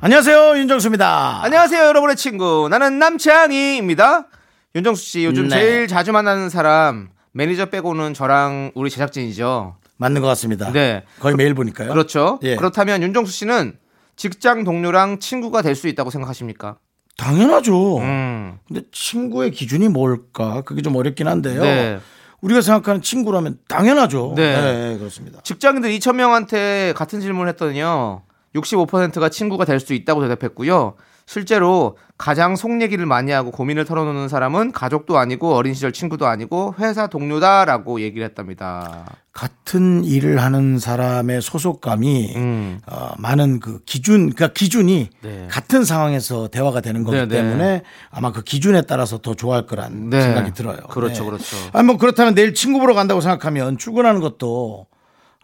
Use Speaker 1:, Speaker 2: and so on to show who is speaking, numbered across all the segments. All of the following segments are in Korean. Speaker 1: 안녕하세요 윤정수입니다.
Speaker 2: 안녕하세요, 여러분의 친구. 나는 남창희입니다. 윤정수 씨, 요즘
Speaker 1: 네.
Speaker 2: 제일 자주 만나는 사람, 매니저 빼고는 저랑 우리 제작진이죠.
Speaker 1: 맞는 것 같습니다.
Speaker 2: 네.
Speaker 1: 거의 매일 보니까요.
Speaker 2: 그렇죠?
Speaker 1: 예.
Speaker 2: 그렇다면 윤정수 씨는 직장 동료랑 친구가 될 수 있다고 생각하십니까?
Speaker 1: 당연하죠.
Speaker 2: 음.
Speaker 1: 근데 친구의 기준이 뭘까? 그게 좀 어렵긴 한데요.
Speaker 2: 네.
Speaker 1: 우리가 생각하는 친구라면 당연하죠.
Speaker 2: 네.
Speaker 1: 네, 그렇습니다.
Speaker 2: 직장인들 2,000명한테 같은 질문을 했더니요. 65%가 친구가 될 수 있다고 대답했고요. 실제로 가장 속 얘기를 많이 하고 고민을 털어놓는 사람은 가족도 아니고 어린 시절 친구도 아니고 회사 동료다라고 얘기를 했답니다.
Speaker 1: 같은 일을 하는 사람의 소속감이
Speaker 2: 음.
Speaker 1: 어, 많은 그 기준, 그러니까 기준이
Speaker 2: 네.
Speaker 1: 같은 상황에서 대화가 되는 거기
Speaker 2: 네, 네.
Speaker 1: 때문에 아마 그 기준에 따라서 더 좋아할 거란
Speaker 2: 네.
Speaker 1: 생각이 들어요.
Speaker 2: 그렇죠, 그렇죠.
Speaker 1: 아니 뭐 그렇다면 내일 친구 보러 간다고 생각하면 출근하는 것도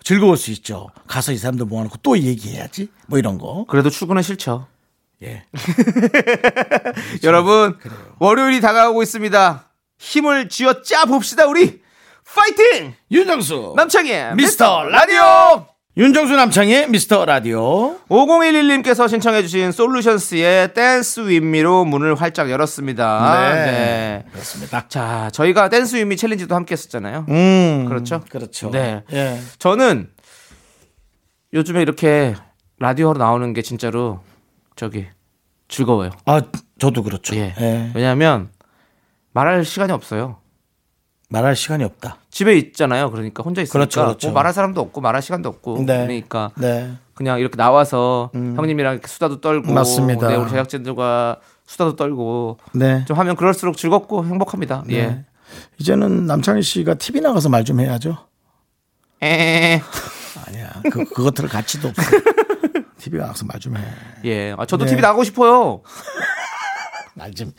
Speaker 1: 즐거울 수 있죠. 가서 이 사람들 모아놓고 또 얘기해야지. 뭐 이런 거.
Speaker 2: 그래도 출근은 싫죠.
Speaker 1: 예.
Speaker 2: 그렇죠. 여러분 월요일이 다가오고 있습니다. 힘을 쥐어 짜 봅시다 우리 파이팅
Speaker 1: 윤정수.
Speaker 2: 남창희
Speaker 1: 미스터
Speaker 2: 라디오
Speaker 1: 윤정수 남창의 미스터 라디오.
Speaker 2: 5011님께서 신청해주신 솔루션스의 댄스 윗미로 문을 활짝 열었습니다. 네.
Speaker 1: 그렇습니다.
Speaker 2: 자 저희가 댄스 윗미 챌린지도 함께 했었잖아요.
Speaker 1: 음.
Speaker 2: 그렇죠?
Speaker 1: 그렇죠.
Speaker 2: 네.
Speaker 1: 예.
Speaker 2: 저는 요즘에 이렇게 라디오로 나오는 게 진짜로 저기 즐거워요.
Speaker 1: 아, 저도 그렇죠.
Speaker 2: 예.
Speaker 1: 예.
Speaker 2: 왜냐하면 말할 시간이 없어요.
Speaker 1: 말할 시간이 없다.
Speaker 2: 집에 있잖아요. 그러니까 혼자 있으니까
Speaker 1: 그렇죠, 그렇죠.
Speaker 2: 뭐 말할 사람도 없고 말할 시간도 없고
Speaker 1: 네.
Speaker 2: 그러니까
Speaker 1: 네.
Speaker 2: 그냥 이렇게 나와서 형님이랑 이렇게 수다도 떨고
Speaker 1: 맞습니다.
Speaker 2: 네, 우리 제작진들과 수다도 떨고
Speaker 1: 네.
Speaker 2: 좀 하면 그럴수록 즐겁고 행복합니다. 예.
Speaker 1: 이제는 남창희 씨가 TV 나가서 말 좀 해야죠.
Speaker 2: 예. 에에에.
Speaker 1: 아니야. 그, 그것들 가치도 없어. TV 나가서 말 좀 해.
Speaker 2: 예. 아, 저도
Speaker 1: 네.
Speaker 2: TV 나가고 싶어요.
Speaker 1: 말 좀.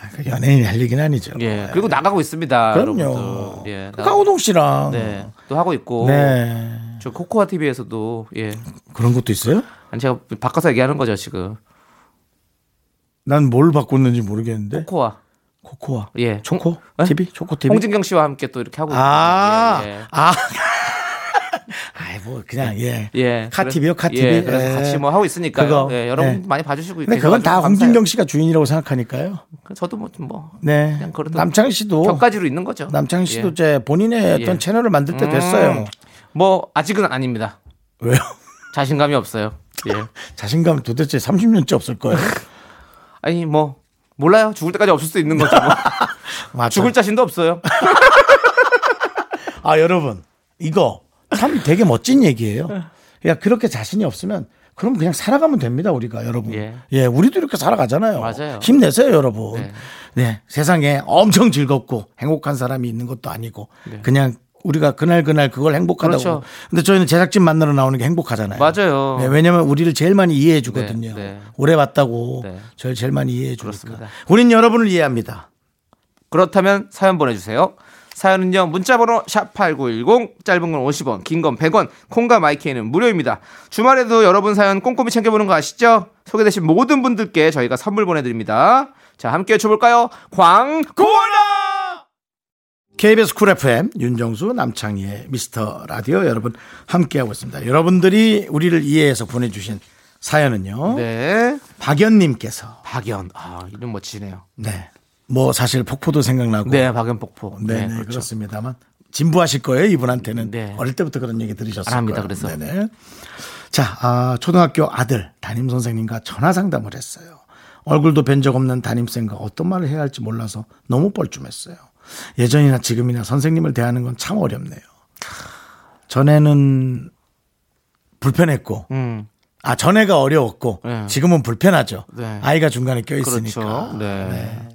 Speaker 1: 아, 그 연예인이 할 얘기는 아니죠. 아,
Speaker 2: 예. 그리고 나가고 있습니다.
Speaker 1: 네. 그럼요.
Speaker 2: 여러분들. 예.
Speaker 1: 그
Speaker 2: 나가고
Speaker 1: 강호동 씨랑. 네.
Speaker 2: 네. 또 하고 있고. 저 코코아 TV에서도 예.
Speaker 1: 그런 것도 있어요?
Speaker 2: 아니 제가 바꿔서 얘기하는 거죠, 지금.
Speaker 1: 난 뭘 바꿨는지 모르겠는데.
Speaker 2: 코코아.
Speaker 1: 코코아.
Speaker 2: 예.
Speaker 1: 초코?
Speaker 2: 네?
Speaker 1: TV? 초코 TV?
Speaker 2: 홍진경 씨와 함께 또 이렇게 하고
Speaker 1: 아,
Speaker 2: 있거든요. 예, 예.
Speaker 1: 아. 아이, 뭐, 그냥, 예.
Speaker 2: 예.
Speaker 1: 카
Speaker 2: 그래-
Speaker 1: TV요, 카
Speaker 2: 예,
Speaker 1: TV.
Speaker 2: 그래서 같이 뭐 하고 있으니까.
Speaker 1: 그거.
Speaker 2: 예, 여러분
Speaker 1: 예.
Speaker 2: 많이 봐주시고.
Speaker 1: 근데
Speaker 2: 계셔가지고
Speaker 1: 그건 다
Speaker 2: 감사해요.
Speaker 1: 홍진경 씨가 주인이라고 생각하니까요.
Speaker 2: 저도 뭐, 좀 뭐.
Speaker 1: 네.
Speaker 2: 그냥 그래도
Speaker 1: 남창희 씨도.
Speaker 2: 격가지로 있는 거죠.
Speaker 1: 남창희 씨도
Speaker 2: 예.
Speaker 1: 이제 본인의 어떤
Speaker 2: 예.
Speaker 1: 채널을 만들 때 됐어요.
Speaker 2: 뭐, 아직은 아닙니다.
Speaker 1: 왜요?
Speaker 2: 자신감이 없어요. 예.
Speaker 1: 자신감 도대체 30년째 없을 거예요.
Speaker 2: 아니, 뭐, 몰라요. 죽을 때까지 없을 수도 있는 거죠. 뭐.
Speaker 1: 맞아.
Speaker 2: 죽을 자신도 없어요.
Speaker 1: 아, 여러분. 이거 참 되게 멋진 얘기예요.
Speaker 2: 어.
Speaker 1: 야, 그렇게 자신이 없으면 그럼 그냥 살아가면 됩니다, 우리가 여러분. 예.
Speaker 2: 예.
Speaker 1: 우리도 이렇게 살아가잖아요.
Speaker 2: 맞아요.
Speaker 1: 힘내세요, 여러분. 네.
Speaker 2: 네.
Speaker 1: 세상에 엄청 즐겁고 행복한 사람이 있는 것도 아니고 그냥 우리가 그날 그날 그걸 행복하다고.
Speaker 2: 네. 그렇죠.
Speaker 1: 근데 저희는 제작진 만나러 나오는 게 행복하잖아요.
Speaker 2: 맞아요.
Speaker 1: 네, 왜냐면 우리를 제일 많이 이해해 주거든요.
Speaker 2: 어. 네, 네.
Speaker 1: 오래 왔다고
Speaker 2: 네.
Speaker 1: 저희 제일 많이 이해해 주니까.
Speaker 2: 그렇습니다.
Speaker 1: 우린 여러분을 이해합니다.
Speaker 2: 그렇다면 사연 보내주세요. 사연은요, 문자번호 샵8910, 짧은 건 50원, 긴 건 100원, 콩과 마이케이는 무료입니다. 주말에도 여러분 사연 꼼꼼히 챙겨보는 거 아시죠? 소개되신 모든 분들께 저희가 선물 보내드립니다. 자, 함께 해줘볼까요? 광고라!
Speaker 1: KBS 쿨 FM 윤정수 남창희의 미스터 라디오 여러분 함께하고 있습니다. 여러분들이 우리를 이해해서 보내주신 사연은요.
Speaker 2: 네.
Speaker 1: 박연님께서
Speaker 2: 박연. 아, 이름 멋지네요.
Speaker 1: 네. 뭐 사실 폭포도 생각나고
Speaker 2: 네, 박연 폭포.
Speaker 1: 네, 네,
Speaker 2: 그렇죠.
Speaker 1: 그렇습니다만 진부하실 거예요 이분한테는
Speaker 2: 네.
Speaker 1: 어릴 때부터 그런 얘기 들으셨을
Speaker 2: 안 합니다,
Speaker 1: 거예요.
Speaker 2: 그래서.
Speaker 1: 네네. 자 아, 초등학교 아들 담임 선생님과 전화 상담을 했어요. 얼굴도 뵌 적 없는 담임쌤과 어떤 말을 해야 할지 몰라서 너무 뻘쭘했어요. 예전이나 지금이나 선생님을 대하는 건 참 어렵네요. 전에는 불편했고
Speaker 2: 음,
Speaker 1: 아 전에가 어려웠고
Speaker 2: 네.
Speaker 1: 지금은 불편하죠.
Speaker 2: 네.
Speaker 1: 아이가 중간에 껴 있으니까.
Speaker 2: 그렇죠. 네.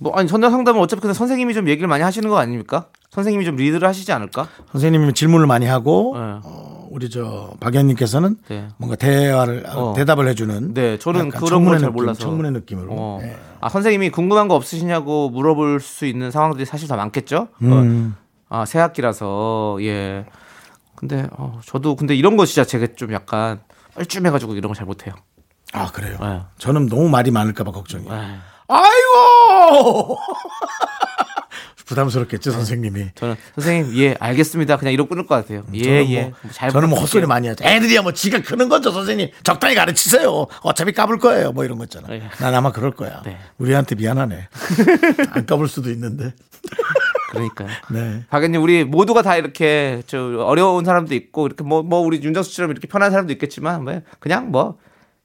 Speaker 2: 뭐, 아니, 전화 상담은 어차피 근데 선생님이 좀 얘기를 많이 하시는 거 아닙니까? 선생님이 좀 리드를 하시지 않을까?
Speaker 1: 선생님이 질문을 많이 하고
Speaker 2: 네.
Speaker 1: 어, 우리 저 박연님께서는
Speaker 2: 네.
Speaker 1: 뭔가 대화를 아,
Speaker 2: 어.
Speaker 1: 대답을 해주는
Speaker 2: 네, 저는
Speaker 1: 약간
Speaker 2: 그런
Speaker 1: 청문회
Speaker 2: 걸잘
Speaker 1: 느낌,
Speaker 2: 몰라서.
Speaker 1: 청문회 느낌으로
Speaker 2: 어.
Speaker 1: 예.
Speaker 2: 아 선생님이 궁금한 거 없으시냐고 물어볼 수 있는 상황들이 사실 다 많겠죠.
Speaker 1: 음.
Speaker 2: 어, 아 새학기라서 예. 근데 어, 저도 근데 이런 거 진짜 제가 좀 약간 뻘쭘해가지고 이런 걸 잘 못해요.
Speaker 1: 아 그래요.
Speaker 2: 예.
Speaker 1: 저는 너무 말이 많을까봐 걱정이에요.
Speaker 2: 예.
Speaker 1: 아이고 부담스럽겠죠 선생님이.
Speaker 2: 저는 선생님 예 알겠습니다. 그냥 이러고 끊을 것 같아요. 예
Speaker 1: 저는
Speaker 2: 예.
Speaker 1: 뭐,
Speaker 2: 잘
Speaker 1: 저는 뭐
Speaker 2: 부탁드릴게요.
Speaker 1: 헛소리 많이 하죠. 애들이야 뭐 지가 크는 거죠 선생님. 적당히 가르치세요. 어차피 까불 거예요. 뭐 이런 거 있잖아.
Speaker 2: 네.
Speaker 1: 난 아마 그럴 거야.
Speaker 2: 네.
Speaker 1: 우리한테 미안하네. 안 까불 수도 있는데.
Speaker 2: 그러니까요.
Speaker 1: 네.
Speaker 2: 박연님 우리 모두가 다 이렇게 저 어려운 사람도 있고 이렇게 뭐 뭐 우리 윤정수처럼 이렇게 편한 사람도 있겠지만 뭐 그냥 뭐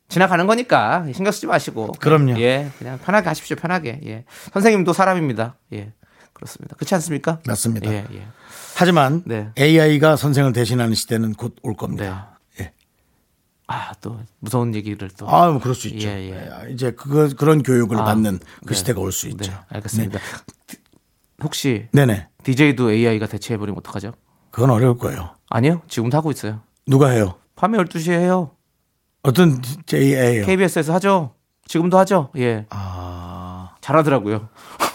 Speaker 2: 지나가는 거니까 신경 쓰지 마시고
Speaker 1: 그럼요.
Speaker 2: 예 그냥 편하게 하십시오 편하게 예 선생님도 사람입니다 예 그렇습니다 그렇지 않습니까
Speaker 1: 맞습니다.
Speaker 2: 예 예.
Speaker 1: 하지만
Speaker 2: 네.
Speaker 1: AI가 선생을 대신하는 시대는 곧 올 겁니다. 예.
Speaker 2: 아 또 무서운 얘기를 또
Speaker 1: 아, 뭐 그럴 수 있죠.
Speaker 2: 네. 예, 예.
Speaker 1: 예, 이제 그거 그런 교육을
Speaker 2: 아,
Speaker 1: 받는 그
Speaker 2: 네.
Speaker 1: 시대가 올 수 있죠.
Speaker 2: 네, 알겠습니다 혹시
Speaker 1: 네, 네.
Speaker 2: DJ도 AI가 대체해버리면 어떡하죠
Speaker 1: 그건 어려울 거예요.
Speaker 2: 아니요 지금도 하고 있어요
Speaker 1: 누가 해요?
Speaker 2: 밤에 12시에 해요
Speaker 1: 어떤 JA예요?
Speaker 2: KBS에서 하죠 지금도 하죠 예 잘하더라고요
Speaker 1: 아,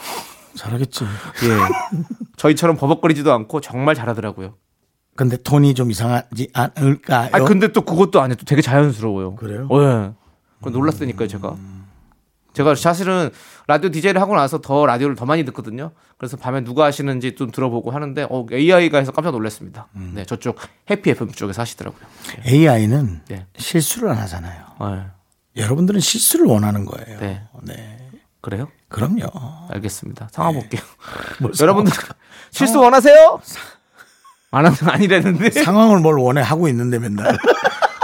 Speaker 1: 잘하겠지.
Speaker 2: 예. 저희처럼 버벅거리지도 않고 정말 잘하더라고요.
Speaker 1: 근데 톤이 좀 이상하지 않을까요?
Speaker 2: 아 근데 또 그것도 안 해도 되게 자연스러워요.
Speaker 1: 그래요?
Speaker 2: 어, 예. 그 놀랐으니까요, 제가. 제가 사실은 라디오 DJ를 하고 나서 더 라디오를 더 많이 듣거든요. 그래서 밤에 누가 하시는지 좀 들어보고 하는데 어, AI가 해서 깜짝 놀랐습니다.
Speaker 1: 음.
Speaker 2: 네, 저쪽 해피 FM 쪽에서 하시더라고요. 예.
Speaker 1: AI는
Speaker 2: 네.
Speaker 1: 실수를 안 하잖아요.
Speaker 2: 어, 예.
Speaker 1: 여러분들은 실수를 원하는 거예요.
Speaker 2: 네.
Speaker 1: 네.
Speaker 2: 그래요?
Speaker 1: 그럼요.
Speaker 2: 알겠습니다.
Speaker 1: 네.
Speaker 2: 상황 볼게요.
Speaker 1: 뭘
Speaker 2: 여러분들 실수 원하세요? 안 하면 아니라는데.
Speaker 1: 상황을 뭘 원해 하고 있는데 맨날.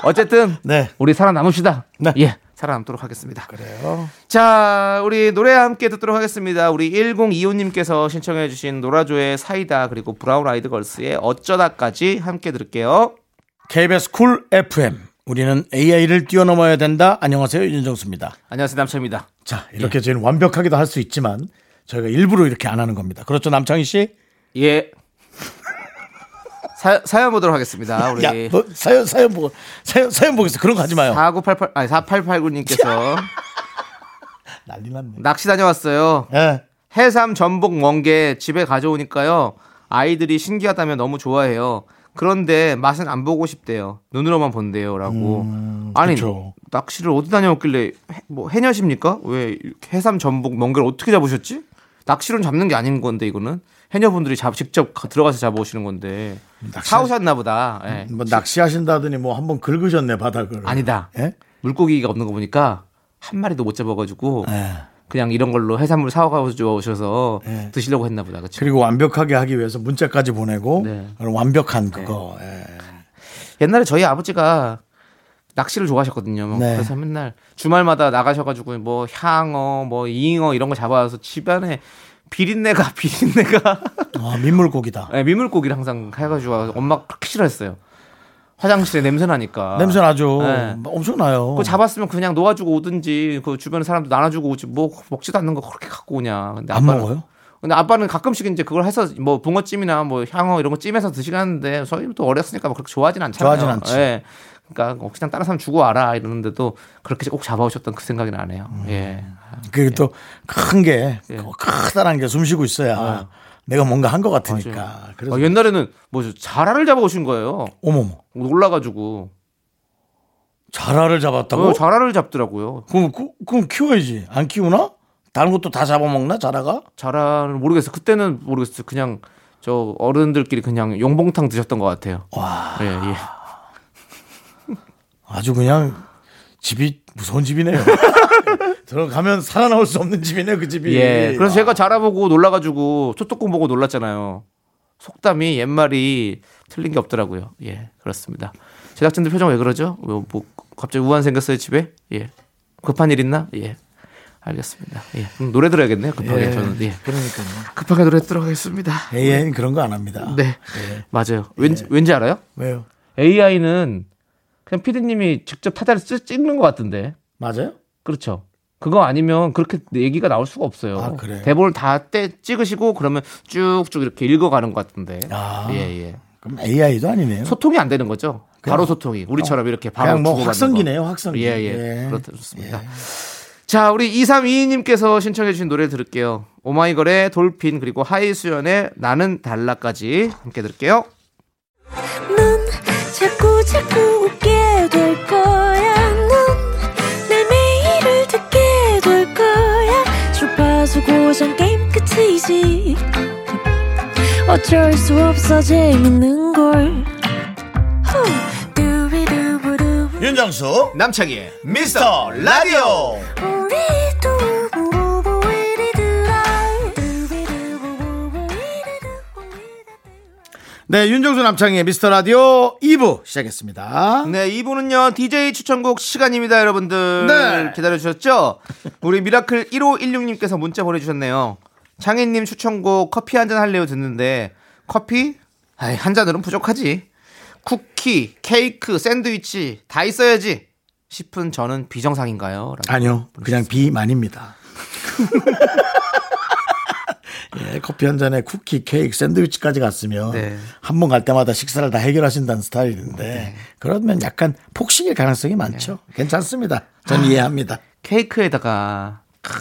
Speaker 2: 어쨌든
Speaker 1: 네.
Speaker 2: 우리 살아남읍시다.
Speaker 1: 네.
Speaker 2: 예, 살아남도록 하겠습니다. 그래요. 자, 우리 노래 함께 듣도록 하겠습니다. 우리 1025님께서 신청해주신 노라조의 사이다 그리고 브라운 아이드 걸스의 어쩌다까지 함께 들을게요.
Speaker 1: KBS 쿨 FM. 우리는 AI를 뛰어넘어야 된다. 안녕하세요. 윤정수입니다.
Speaker 2: 안녕하세요, 남창입니다.
Speaker 1: 자, 이렇게 저희는 완벽하게도 할 수 있지만 저희가 일부러 이렇게 안 하는 겁니다. 그렇죠, 남창희 씨?
Speaker 2: 예. 사, 사연 보도록 하겠습니다. 우리
Speaker 1: 야, 뭐, 너 사연 사연 보고 사연 사연 보겠어. 그런 거 하지 마요.
Speaker 2: 4988 아니 4889님께서
Speaker 1: 난리 났네.
Speaker 2: 낚시 다녀왔어요.
Speaker 1: 예.
Speaker 2: 해삼 전복 멍게 집에 가져오니까요. 아이들이 신기하다며 너무 좋아해요. 그런데 맛은 안 보고 싶대요. 눈으로만 본대요라고. 아니
Speaker 1: 음, 그쵸.
Speaker 2: 낚시를 어디 다녀왔길래 해- 뭐 해녀십니까? 왜 이렇게 해삼 전복 멍게를 어떻게 잡으셨지? 낚시로는 잡는 게 아닌 건데 이거는 해녀분들이 잡- 직접 가- 들어가서 잡아오시는 건데
Speaker 1: 낚시-
Speaker 2: 사오셨나 보다. 예.
Speaker 1: 뭐 낚시하신다더니 뭐 한번 긁으셨네 바닥을.
Speaker 2: 아니다.
Speaker 1: 예?
Speaker 2: 물고기가 없는 거 보니까 한 마리도 못 잡아가지고
Speaker 1: 예.
Speaker 2: 그냥 이런 걸로 해산물 사와가지고 오셔서
Speaker 1: 예.
Speaker 2: 드시려고 했나 보다. 그쵸?
Speaker 1: 그리고 완벽하게 하기 위해서 문자까지 보내고
Speaker 2: 네.
Speaker 1: 그런 완벽한 그거. 예.
Speaker 2: 옛날에 저희 아버지가 낚시를 좋아하셨거든요. 뭐
Speaker 1: 네.
Speaker 2: 그래서 맨날 주말마다 나가셔가지고 뭐 향어, 뭐 잉어 이런 거 잡아와서 집안에 비린내가 비린내가
Speaker 1: 아, 민물고기다.
Speaker 2: 네, 민물고기를 항상 해가지고 엄마가 그렇게 싫어했어요. 화장실에 냄새 나니까.
Speaker 1: 냄새 나죠.
Speaker 2: 네.
Speaker 1: 엄청나요.
Speaker 2: 그거 잡았으면 그냥 놓아주고 오든지 그 주변 사람도 나눠주고 오지 뭐 먹지도 않는 거 그렇게 갖고 오냐. 근데
Speaker 1: 안
Speaker 2: 아빠는-
Speaker 1: 먹어요?
Speaker 2: 근데 아빠는 가끔씩 이제 그걸 해서 뭐 붕어찜이나 뭐 향어 이런 거 찜해서 드시긴 하는데 저희는 또 어렸으니까 막 그렇게 좋아하진 않잖아요.
Speaker 1: 좋아하진 않지.
Speaker 2: 예. 그러니까 뭐 그냥 다른 사람 주고 와라 이러는데도 그렇게 꼭 잡아오셨던 그 생각이 나네요.
Speaker 1: 음.
Speaker 2: 예.
Speaker 1: 그게 또 큰 게 크다란 게 숨 쉬고 있어야 내가 뭔가 한 것 같으니까. 그러니까 그래서
Speaker 2: 아, 옛날에는 뭐죠 자라를 잡아오신 거예요.
Speaker 1: 어머머
Speaker 2: 놀라가지고
Speaker 1: 자라를 잡았다고?
Speaker 2: 어, 자라를 잡더라고요.
Speaker 1: 그럼 그- 그럼 키워야지. 안 키우나? 다른 것도 다 잡아먹나 자라가?
Speaker 2: 자라를 모르겠어요. 그때는 모르겠어요. 그냥 저 어른들끼리 그냥 용봉탕 드셨던 것 같아요.
Speaker 1: 와
Speaker 2: 예, 예.
Speaker 1: 아주 그냥 집이 무서운 집이네요. 들어가면 살아나올 수 없는 집이네 그 집이.
Speaker 2: 예. 그래서
Speaker 1: 아,
Speaker 2: 제가 자라보고 놀라가지고 초특공 보고 놀랐잖아요. 속담이 옛말이 틀린 게 없더라고요. 예, 그렇습니다. 제작진들 표정 왜 그러죠? 뭐, 뭐 갑자기 우한 생겼어요 집에? 예. 급한 일 있나? 예. 알겠습니다. 예. 그럼 노래 들어야겠네요. 급하게 저는. 예.
Speaker 1: 그러니까요.
Speaker 2: 급하게 노래 들어가겠습니다.
Speaker 1: AI는 그런 거 안 합니다.
Speaker 2: 네.
Speaker 1: 예.
Speaker 2: 맞아요. 왠지 왠지 알아요?
Speaker 1: 왜요?
Speaker 2: AI는 그냥 피디님이 직접 타자를 쓰- 찍는 것 같은데.
Speaker 1: 맞아요?
Speaker 2: 그렇죠. 그거 아니면 그렇게 얘기가 나올 수가 없어요.
Speaker 1: 아, 그래요?
Speaker 2: 대본을 다 떼, 찍으시고 그러면 쭉쭉 이렇게 읽어가는 것 같은데.
Speaker 1: 아.
Speaker 2: 예, 예.
Speaker 1: 그럼 AI도 아니네요.
Speaker 2: 소통이 안 되는 거죠. 바로 소통이 우리처럼 이렇게
Speaker 1: 뭐
Speaker 2: 바로
Speaker 1: 그냥 뭐
Speaker 2: 주고받는
Speaker 1: 확성기네요,
Speaker 2: 거.
Speaker 1: 확성기.
Speaker 2: 예, 예.
Speaker 1: 예.
Speaker 2: 그렇습니다. 자, 우리 2322님께서 신청해 주신 노래 들을게요. 오마이걸의 돌핀 그리고 하이수연의 나는 달라까지 함께 들을게요.
Speaker 3: 넌 자꾸 자꾸 웃게 될 거야. 넌내 매일을 듣게 될 거야. 주파수 고정 게임 끝이지. 어쩔 수 없어 재밌는 걸. 후. 두비두부두.
Speaker 4: 윤정수
Speaker 2: 남창희의
Speaker 4: 미스터 라디오
Speaker 3: 우리 두부부부 우리들아. 두비두부부부 우리들아.
Speaker 1: 네, 윤정수 남창의 미스터 라디오 2부 시작했습니다.
Speaker 2: 네, 이분은요, DJ 추천곡 시간입니다, 여러분들.
Speaker 1: 네.
Speaker 2: 기다려주셨죠? 우리 미라클 1516님께서 문자 보내주셨네요. 장인님 추천곡 커피 한 잔 할래요 듣는데, 커피? 아이, 한 잔으로는 부족하지. 쿠키, 케이크, 샌드위치 다 있어야지. 싶은 저는 비정상인가요? 라고.
Speaker 1: 아니요, 그냥 비만입니다. 예, 커피 한 잔에 쿠키, 케이크, 샌드위치까지 갔으면
Speaker 2: 네.
Speaker 1: 한 번 갈 때마다 식사를 다 해결하신다는 스타일인데 그러면 약간 폭식일 가능성이 많죠. 괜찮습니다. 전 이해합니다.
Speaker 2: 케이크에다가, 크,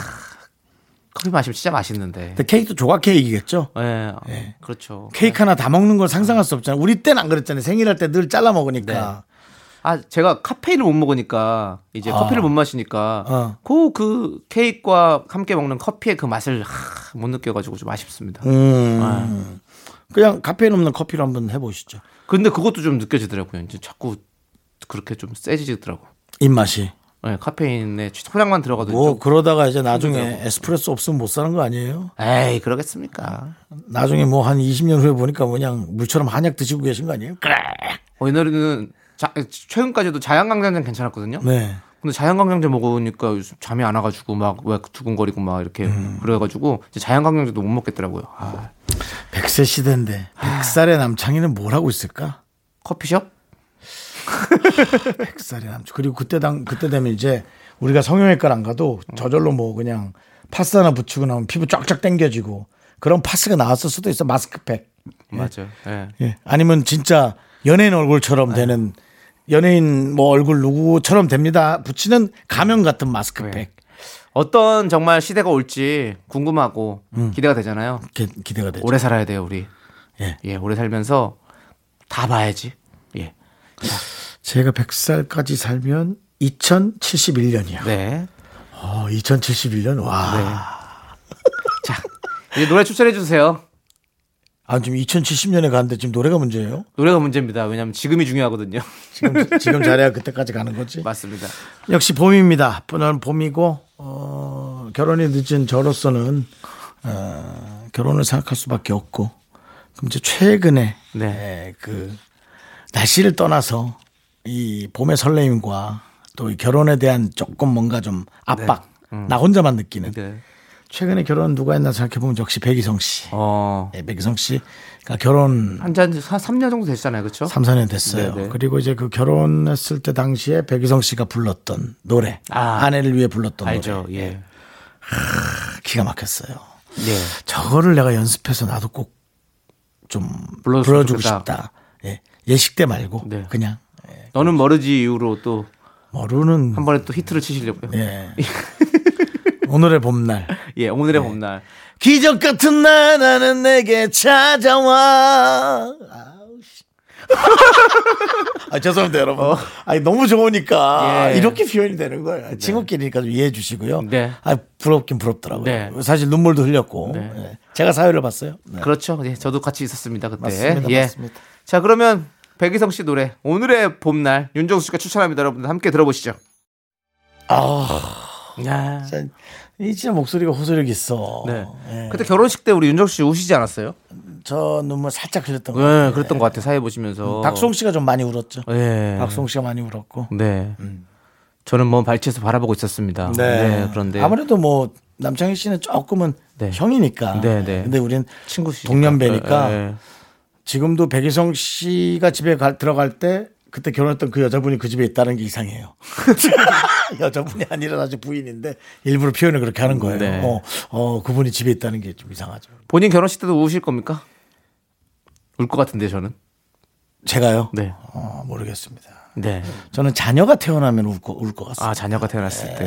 Speaker 2: 커피 마시면 진짜 맛있는데.
Speaker 1: 근데 케이크도 조각 케이크겠죠.
Speaker 2: 예, 어,
Speaker 1: 네.
Speaker 2: 그렇죠.
Speaker 1: 케이크 하나 다 먹는 건 상상할 수 없잖아요. 우리 때는 안 그랬잖아요. 생일할 때 늘 잘라 먹으니까.
Speaker 2: 아 제가 카페인을 못 먹으니까 이제 커피를 못 마시니까
Speaker 1: 아. 어.
Speaker 2: 그 그 케이크와 함께 먹는 커피의 그 맛을 하, 못 느껴가지고 좀 아쉽습니다.
Speaker 1: 음. 그냥 카페인 없는 커피로 한번 해보시죠.
Speaker 2: 근데 그것도 좀 느껴지더라고요. 이제 자꾸 그렇게 좀 세지더라고.
Speaker 1: 입맛이.
Speaker 2: 예, 카페인에 소량만 들어가도
Speaker 1: 뭐
Speaker 2: 좀
Speaker 1: 그러다가 이제 나중에 에스프레소 없으면 못 사는 거 아니에요?
Speaker 2: 에이 그러겠습니까?
Speaker 1: 나중에 뭐 한 20년 후에 보니까 뭐 그냥 물처럼 한약 드시고 계신 거 아니에요?
Speaker 2: 어, 옛날에는 자- 최근까지도 자양강장장 괜찮았거든요.
Speaker 1: 네.
Speaker 2: 근데 자양강장제 먹으니까 요즘 잠이 안 와가지고 막 왜 두근거리고 막 이렇게
Speaker 1: 음.
Speaker 2: 그래가지고 이제 자양강장제도 못 먹겠더라고요. 아,
Speaker 1: 100세 시대인데 100살의 남창이는 뭘 하고 있을까?
Speaker 2: 커피숍?
Speaker 1: 100살의 남창. 그리고 그때 당 그때 되면 이제 우리가 성형외과를 안 가도 저절로 뭐 그냥 파스 하나 붙이고 나면 피부 쫙쫙 당겨지고 그런 파스가 나왔을 수도 있어. 마스크팩.
Speaker 2: 맞아요. 예.
Speaker 1: 예. 아니면 진짜 연예인 얼굴처럼 되는 연예인 뭐 얼굴 누구처럼 됩니다. 붙이는 가면 같은
Speaker 2: 네.
Speaker 1: 마스크팩.
Speaker 2: 어떤 정말 시대가 올지 궁금하고 기대가 되잖아요.
Speaker 1: 기, 기대가 되죠.
Speaker 2: 오래 살아야 돼요, 우리.
Speaker 1: 예.
Speaker 2: 오래 살면서 다 봐야지. 예.
Speaker 1: 제가 100살까지 살면 2071년이야.
Speaker 2: 네.
Speaker 1: 어, 2071년? 와.
Speaker 2: 자, 이제 노래 추천해 주세요.
Speaker 1: 아, 지금 2070년에 가는데 지금 노래가 문제예요?
Speaker 2: 노래가 문제입니다. 왜냐면 지금이 중요하거든요.
Speaker 1: 지금, 지금 잘해야 그때까지 가는 거지?
Speaker 2: 맞습니다.
Speaker 1: 역시 봄입니다. 는 봄이고, 어, 결혼이 늦은 저로서는, 어, 결혼을 생각할 수밖에 없고, 그럼 이제 최근에,
Speaker 2: 네.
Speaker 1: 예, 그, 날씨를 떠나서 이 봄의 설레임과 또 이 결혼에 대한 조금 뭔가 좀 압박, 나 혼자만 느끼는
Speaker 2: 네.
Speaker 1: 최근에 결혼 누가 했나 생각해보면 역시 백이성 씨.
Speaker 2: 어.
Speaker 1: 예, 백이성 씨가 결혼
Speaker 2: 한잔 3년 정도 됐잖아요. 그렇죠?
Speaker 1: 3, 4년 됐어요.
Speaker 2: 네네.
Speaker 1: 그리고 이제 그 결혼했을 때 당시에 백이성 씨가 불렀던 노래.
Speaker 2: 아.
Speaker 1: 아. 내를 위해 불렀던
Speaker 2: 알죠.
Speaker 1: 노래.
Speaker 2: 예. 예.
Speaker 1: 기가 막혔어요. 저거를 내가 연습해서 나도 꼭 좀
Speaker 2: 불러줬으면
Speaker 1: 불러주고
Speaker 2: 좋겠다.
Speaker 1: 싶다. 예. 예식 때 말고
Speaker 2: 네.
Speaker 1: 그냥 예,
Speaker 2: 너는 머르지 이후로 또 한
Speaker 1: 모르는
Speaker 2: 번에 또 히트를 치시려고요.
Speaker 1: 예. 오늘의 봄날.
Speaker 2: 예, 오늘의 봄날.
Speaker 1: 기적 같은 날 나는 내게 찾아와. 아우, 씨. 아, 죄송합니다, 여러분. 아니, 너무 좋으니까.
Speaker 2: 예.
Speaker 1: 이렇게 표현이 되는 거예요. 친구끼리니까 좀 이해해 주시고요.
Speaker 2: 네.
Speaker 1: 아, 부럽긴 부럽더라고요.
Speaker 2: 네.
Speaker 1: 사실 눈물도 흘렸고.
Speaker 2: 네.
Speaker 1: 예. 제가 사회를 봤어요. 네.
Speaker 2: 그렇죠. 예, 저도 같이 있었습니다 그때.
Speaker 1: 맞습니다,
Speaker 2: 예.
Speaker 1: 맞습니다.
Speaker 2: 자 그러면 백이성 씨 노래 오늘의 봄날 윤정수 씨가 추천합니다. 여러분들 함께 들어보시죠.
Speaker 1: 아,
Speaker 2: 야.
Speaker 1: 진짜, 이 진짜 목소리가 호소력 있어.
Speaker 2: 네.
Speaker 1: 예.
Speaker 2: 그때 결혼식 때 우리 윤정수 씨 우시지 않았어요?
Speaker 1: 저 눈물 살짝 흘렸던
Speaker 2: 예,
Speaker 1: 거. 같아요.
Speaker 2: 그랬던 것 같아요. 사회 보시면서.
Speaker 1: 박송 씨가 좀 많이 울었죠.
Speaker 2: 음, 예.
Speaker 1: 박송 씨가 많이 울었고.
Speaker 2: 네. 저는 먼 발치에서 바라보고 있었습니다. 네. 그런데
Speaker 1: 아무래도 뭐 남창희 씨는 조금은
Speaker 2: 네.
Speaker 1: 형이니까.
Speaker 2: 네, 네.
Speaker 1: 근데 우린
Speaker 2: 친구시니까.
Speaker 1: 동년배니까
Speaker 2: 예, 예.
Speaker 1: 지금도 백이성 씨가 집에 갈- 들어갈 때 그때 결혼했던 그 여자분이 그 집에 있다는 게 이상해요. 여자분이 아니라 아직 부인인데 일부러 표현을 그렇게 하는 거예요.
Speaker 2: 네.
Speaker 1: 어, 어, 그분이 집에 있다는 게 좀 이상하죠.
Speaker 2: 본인 결혼식 때도 우실 겁니까? 울 것 같은데 저는.
Speaker 1: 제가요?
Speaker 2: 네.
Speaker 1: 어, 모르겠습니다.
Speaker 2: 네.
Speaker 1: 저는 자녀가 태어나면 울 것 같습니다.
Speaker 2: 아, 자녀가 태어났을 때.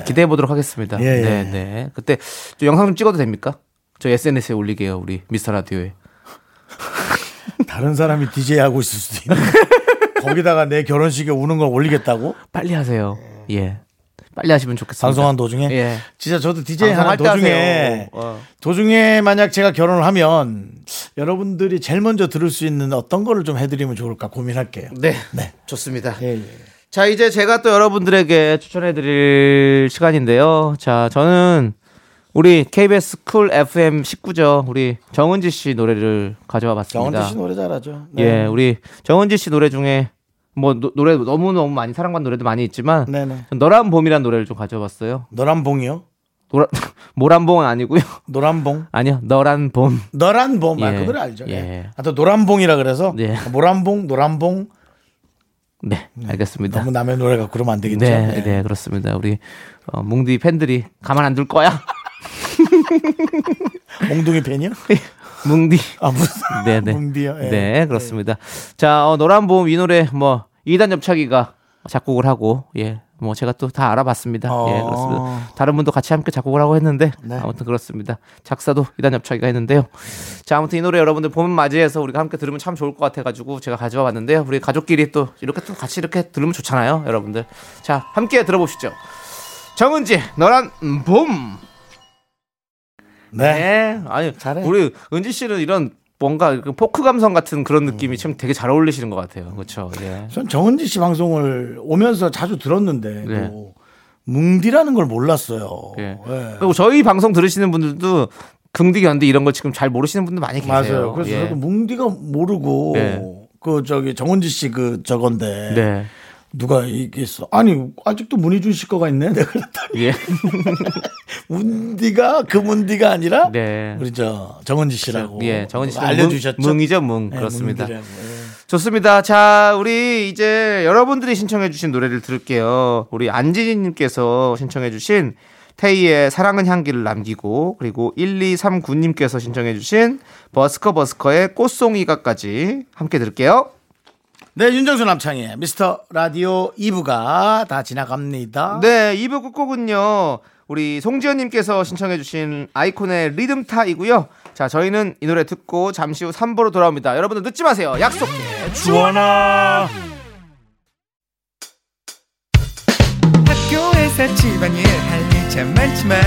Speaker 2: 예. 기대해 보도록 하겠습니다.
Speaker 1: 예, 예.
Speaker 2: 네, 네. 그때 저 영상 좀 찍어도 됩니까? 저 SNS에 올리게요, 우리 미스터 라디오에.
Speaker 1: 다른 사람이 DJ 하고 있을 수도 있는 거기다가 내 결혼식에 우는 걸 올리겠다고?
Speaker 2: 빨리 하세요. 예. 빨리 하시면 좋겠습니다.
Speaker 1: 방송한 도중에?
Speaker 2: 예.
Speaker 1: 진짜 저도 DJ 하는
Speaker 2: 방송할 때
Speaker 1: 도중에
Speaker 2: 하세요. 어.
Speaker 1: 도중에 만약 제가 결혼을 하면 여러분들이 제일 먼저 들을 수 있는 어떤 거를 좀 해드리면 좋을까 고민할게요.
Speaker 2: 네.
Speaker 1: 네.
Speaker 2: 좋습니다.
Speaker 1: 예, 예.
Speaker 2: 자, 이제 제가 또 여러분들에게 추천해 드릴 시간인데요. 자, 저는 우리 KBS 쿨 FM 19죠. 우리 정은지 씨 노래를 가져와 봤습니다.
Speaker 1: 정원지 씨 노래 잘하죠. 네.
Speaker 2: 예, 우리 정은지 씨 노래 중에 뭐 노, 래 너무 너무 많이 사랑받는 노래도 많이 있지만
Speaker 1: 네네.
Speaker 2: 전 너란 봄이란 노래를 좀 가져봤어요.
Speaker 1: 노란봉이요?
Speaker 2: 노란 모란봉은 아니고요.
Speaker 1: 노란봉?
Speaker 2: 아니요, 너란 봄.
Speaker 1: 노란봉. 아,
Speaker 2: 예.
Speaker 1: 그 노래 알죠. 예.
Speaker 2: 예.
Speaker 1: 아, 또 노란봉이라 그래서
Speaker 2: 예.
Speaker 1: 모란봉, 노란봉
Speaker 2: 네, 알겠습니다.
Speaker 1: 너무 남의 노래 갖고 그러면 안 되겠죠.
Speaker 2: 네,
Speaker 1: 예.
Speaker 2: 네, 그렇습니다. 우리 어, 몽디 팬들이 가만 안 둘 거야.
Speaker 1: 몽둥이 팬이요?
Speaker 2: 뭉디.
Speaker 1: 아, 무슨
Speaker 2: 네, 네.
Speaker 1: 몽디요? 예.
Speaker 2: 네, 그렇습니다. 자, 어, 노란 봄 이 노래 뭐 이단 엽차기가 작곡을 하고 예. 뭐 제가 또 다 알아봤습니다. 예,
Speaker 1: 어.
Speaker 2: 그렇습니다. 다른 분도 같이 함께 작곡을 하고 했는데
Speaker 1: 네.
Speaker 2: 아무튼 그렇습니다. 작사도 이단 엽차기가 했는데요. 자, 아무튼 이 노래 여러분들 봄 맞이해서 우리가 함께 들으면 참 좋을 것 같아 가지고 제가 가져와 봤는데요. 우리 가족끼리 또 이렇게 또 같이 이렇게 들으면 좋잖아요, 여러분들. 자, 함께 들어보시죠. 정은지 노란 봄.
Speaker 1: 네.
Speaker 2: 네. 아니,
Speaker 1: 잘해.
Speaker 2: 우리 은지 씨는 이런 뭔가 이렇게 포크 감성 같은 그런
Speaker 1: 음.
Speaker 2: 느낌이 참 되게 잘 어울리시는 것 같아요. 그렇죠. 예.
Speaker 1: 전 정은지 씨 방송을 오면서 자주 들었는데
Speaker 2: 네.
Speaker 1: 또 뭉디라는 걸 몰랐어요.
Speaker 2: 예.
Speaker 1: 예.
Speaker 2: 그리고 저희 방송 들으시는 분들도 긍디 견디 이런 걸 지금 잘 모르시는 분들 많이 계세요.
Speaker 1: 맞아요. 그래서
Speaker 2: 예.
Speaker 1: 저도 뭐- 뭉디가 모르고
Speaker 2: 네.
Speaker 1: 그 저기 정은지 씨 그 저건데
Speaker 2: 네.
Speaker 1: 누가 얘기했어. 아니 아직도 문희준 씨 거가 있네. 내가 그랬더니
Speaker 2: 예.
Speaker 1: 문디가 그 문디가 아니라
Speaker 2: 네.
Speaker 1: 우리 저 정은지 씨라고
Speaker 2: 예. 정은 씨
Speaker 1: 알려주셨죠.
Speaker 2: 뭉이죠, 뭉.
Speaker 1: 네,
Speaker 2: 그렇습니다.
Speaker 1: 뭉디라고. 예.
Speaker 2: 좋습니다. 자, 우리 이제 여러분들이 신청해주신 노래를 들을게요. 우리 안진희님께서 신청해주신 태희의 사랑은 향기를 남기고 그리고 1239님께서 신청해주신 버스커 버스커의 꽃송이가까지 함께 들을게요.
Speaker 1: 네, 윤정수 남창의 미스터 라디오 2부가 다 지나갑니다.
Speaker 2: 네, 2부 끝곡은요. 우리 송지현님께서 신청해주신 아이콘의 리듬타이고요. 자, 저희는 이 노래 듣고 잠시 후 3부로 돌아옵니다. 여러분들 늦지 마세요. 약속해.
Speaker 5: 주원아
Speaker 6: 학교에서 집안일 할 일 참 많지만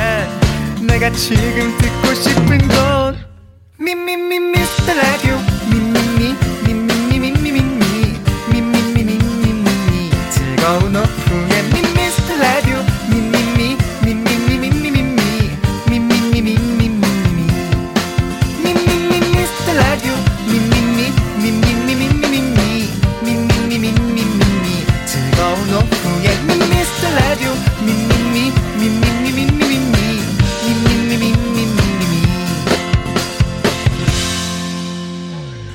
Speaker 6: 내가 지금 듣고 싶은 건 미미미 미스터 라디오 미미미 미미미 미미미 미미미 미미미 즐거운 오후에 미스터 라디오 미미미 미미미 미미미 미미미 미미미 미미미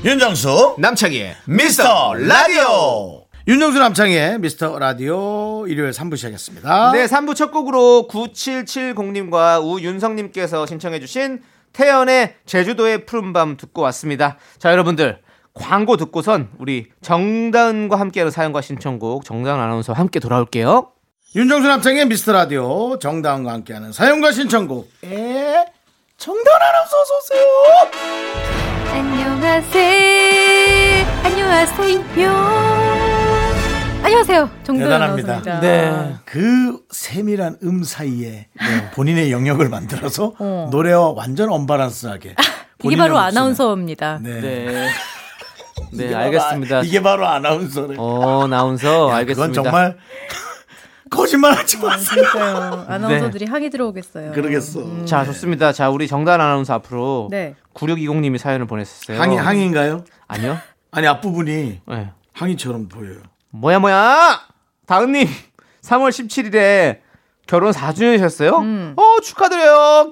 Speaker 4: 윤정수
Speaker 2: 남창희의
Speaker 4: 미스터 라디오
Speaker 1: 윤정수 남창의 미스터 라디오 일요일 3부 시작했습니다.
Speaker 2: 네, 3부 첫 곡으로 9770님과 우윤성님께서 신청해주신 태연의 제주도의 푸른밤 듣고 왔습니다. 자, 여러분들. 광고 듣고선 우리 정다은과 함께하는 사연과 신청곡 정다은 아나운서와 함께 돌아올게요.
Speaker 1: 윤정수 남창의 미스터 라디오 정다운과 함께하는 사연과 신청곡. 에 정다운 아나운서 어서오세요.
Speaker 7: 안녕하세요. 안녕하세요. 안녕하세요.
Speaker 1: 대단합니다.
Speaker 7: 정답입니다.
Speaker 2: 네.
Speaker 1: 그 세밀한 음 사이에
Speaker 2: 네.
Speaker 1: 본인의 영역을 만들어서 노래와 완전 언바란스하게.
Speaker 2: 아,
Speaker 7: 이게
Speaker 1: 본인의
Speaker 7: 바로
Speaker 1: 목소리.
Speaker 7: 아나운서입니다.
Speaker 1: 네.
Speaker 2: 네. 네, 알겠습니다.
Speaker 1: 이게 바로 아나운서래.
Speaker 2: 어, 나운서 알겠습니다. 음.
Speaker 1: 그건 정말 거짓말 하지 마세요.
Speaker 7: 진짜요. 아나운서들이 항의 들어오겠어요.
Speaker 1: 그러겠어.
Speaker 2: 자, 좋습니다. 자, 우리 정다은 아나운서 앞으로
Speaker 7: 네.
Speaker 2: 9620님이 사연을 보냈었어요.
Speaker 1: 항의, 항의인가요?
Speaker 2: 아니요.
Speaker 1: 아니, 앞부분이
Speaker 2: 네.
Speaker 1: 항의처럼 보여요.
Speaker 2: 뭐야 뭐야 다은님 3월 17일에 결혼 4주년이셨어요?
Speaker 7: 음.
Speaker 2: 어 축하드려요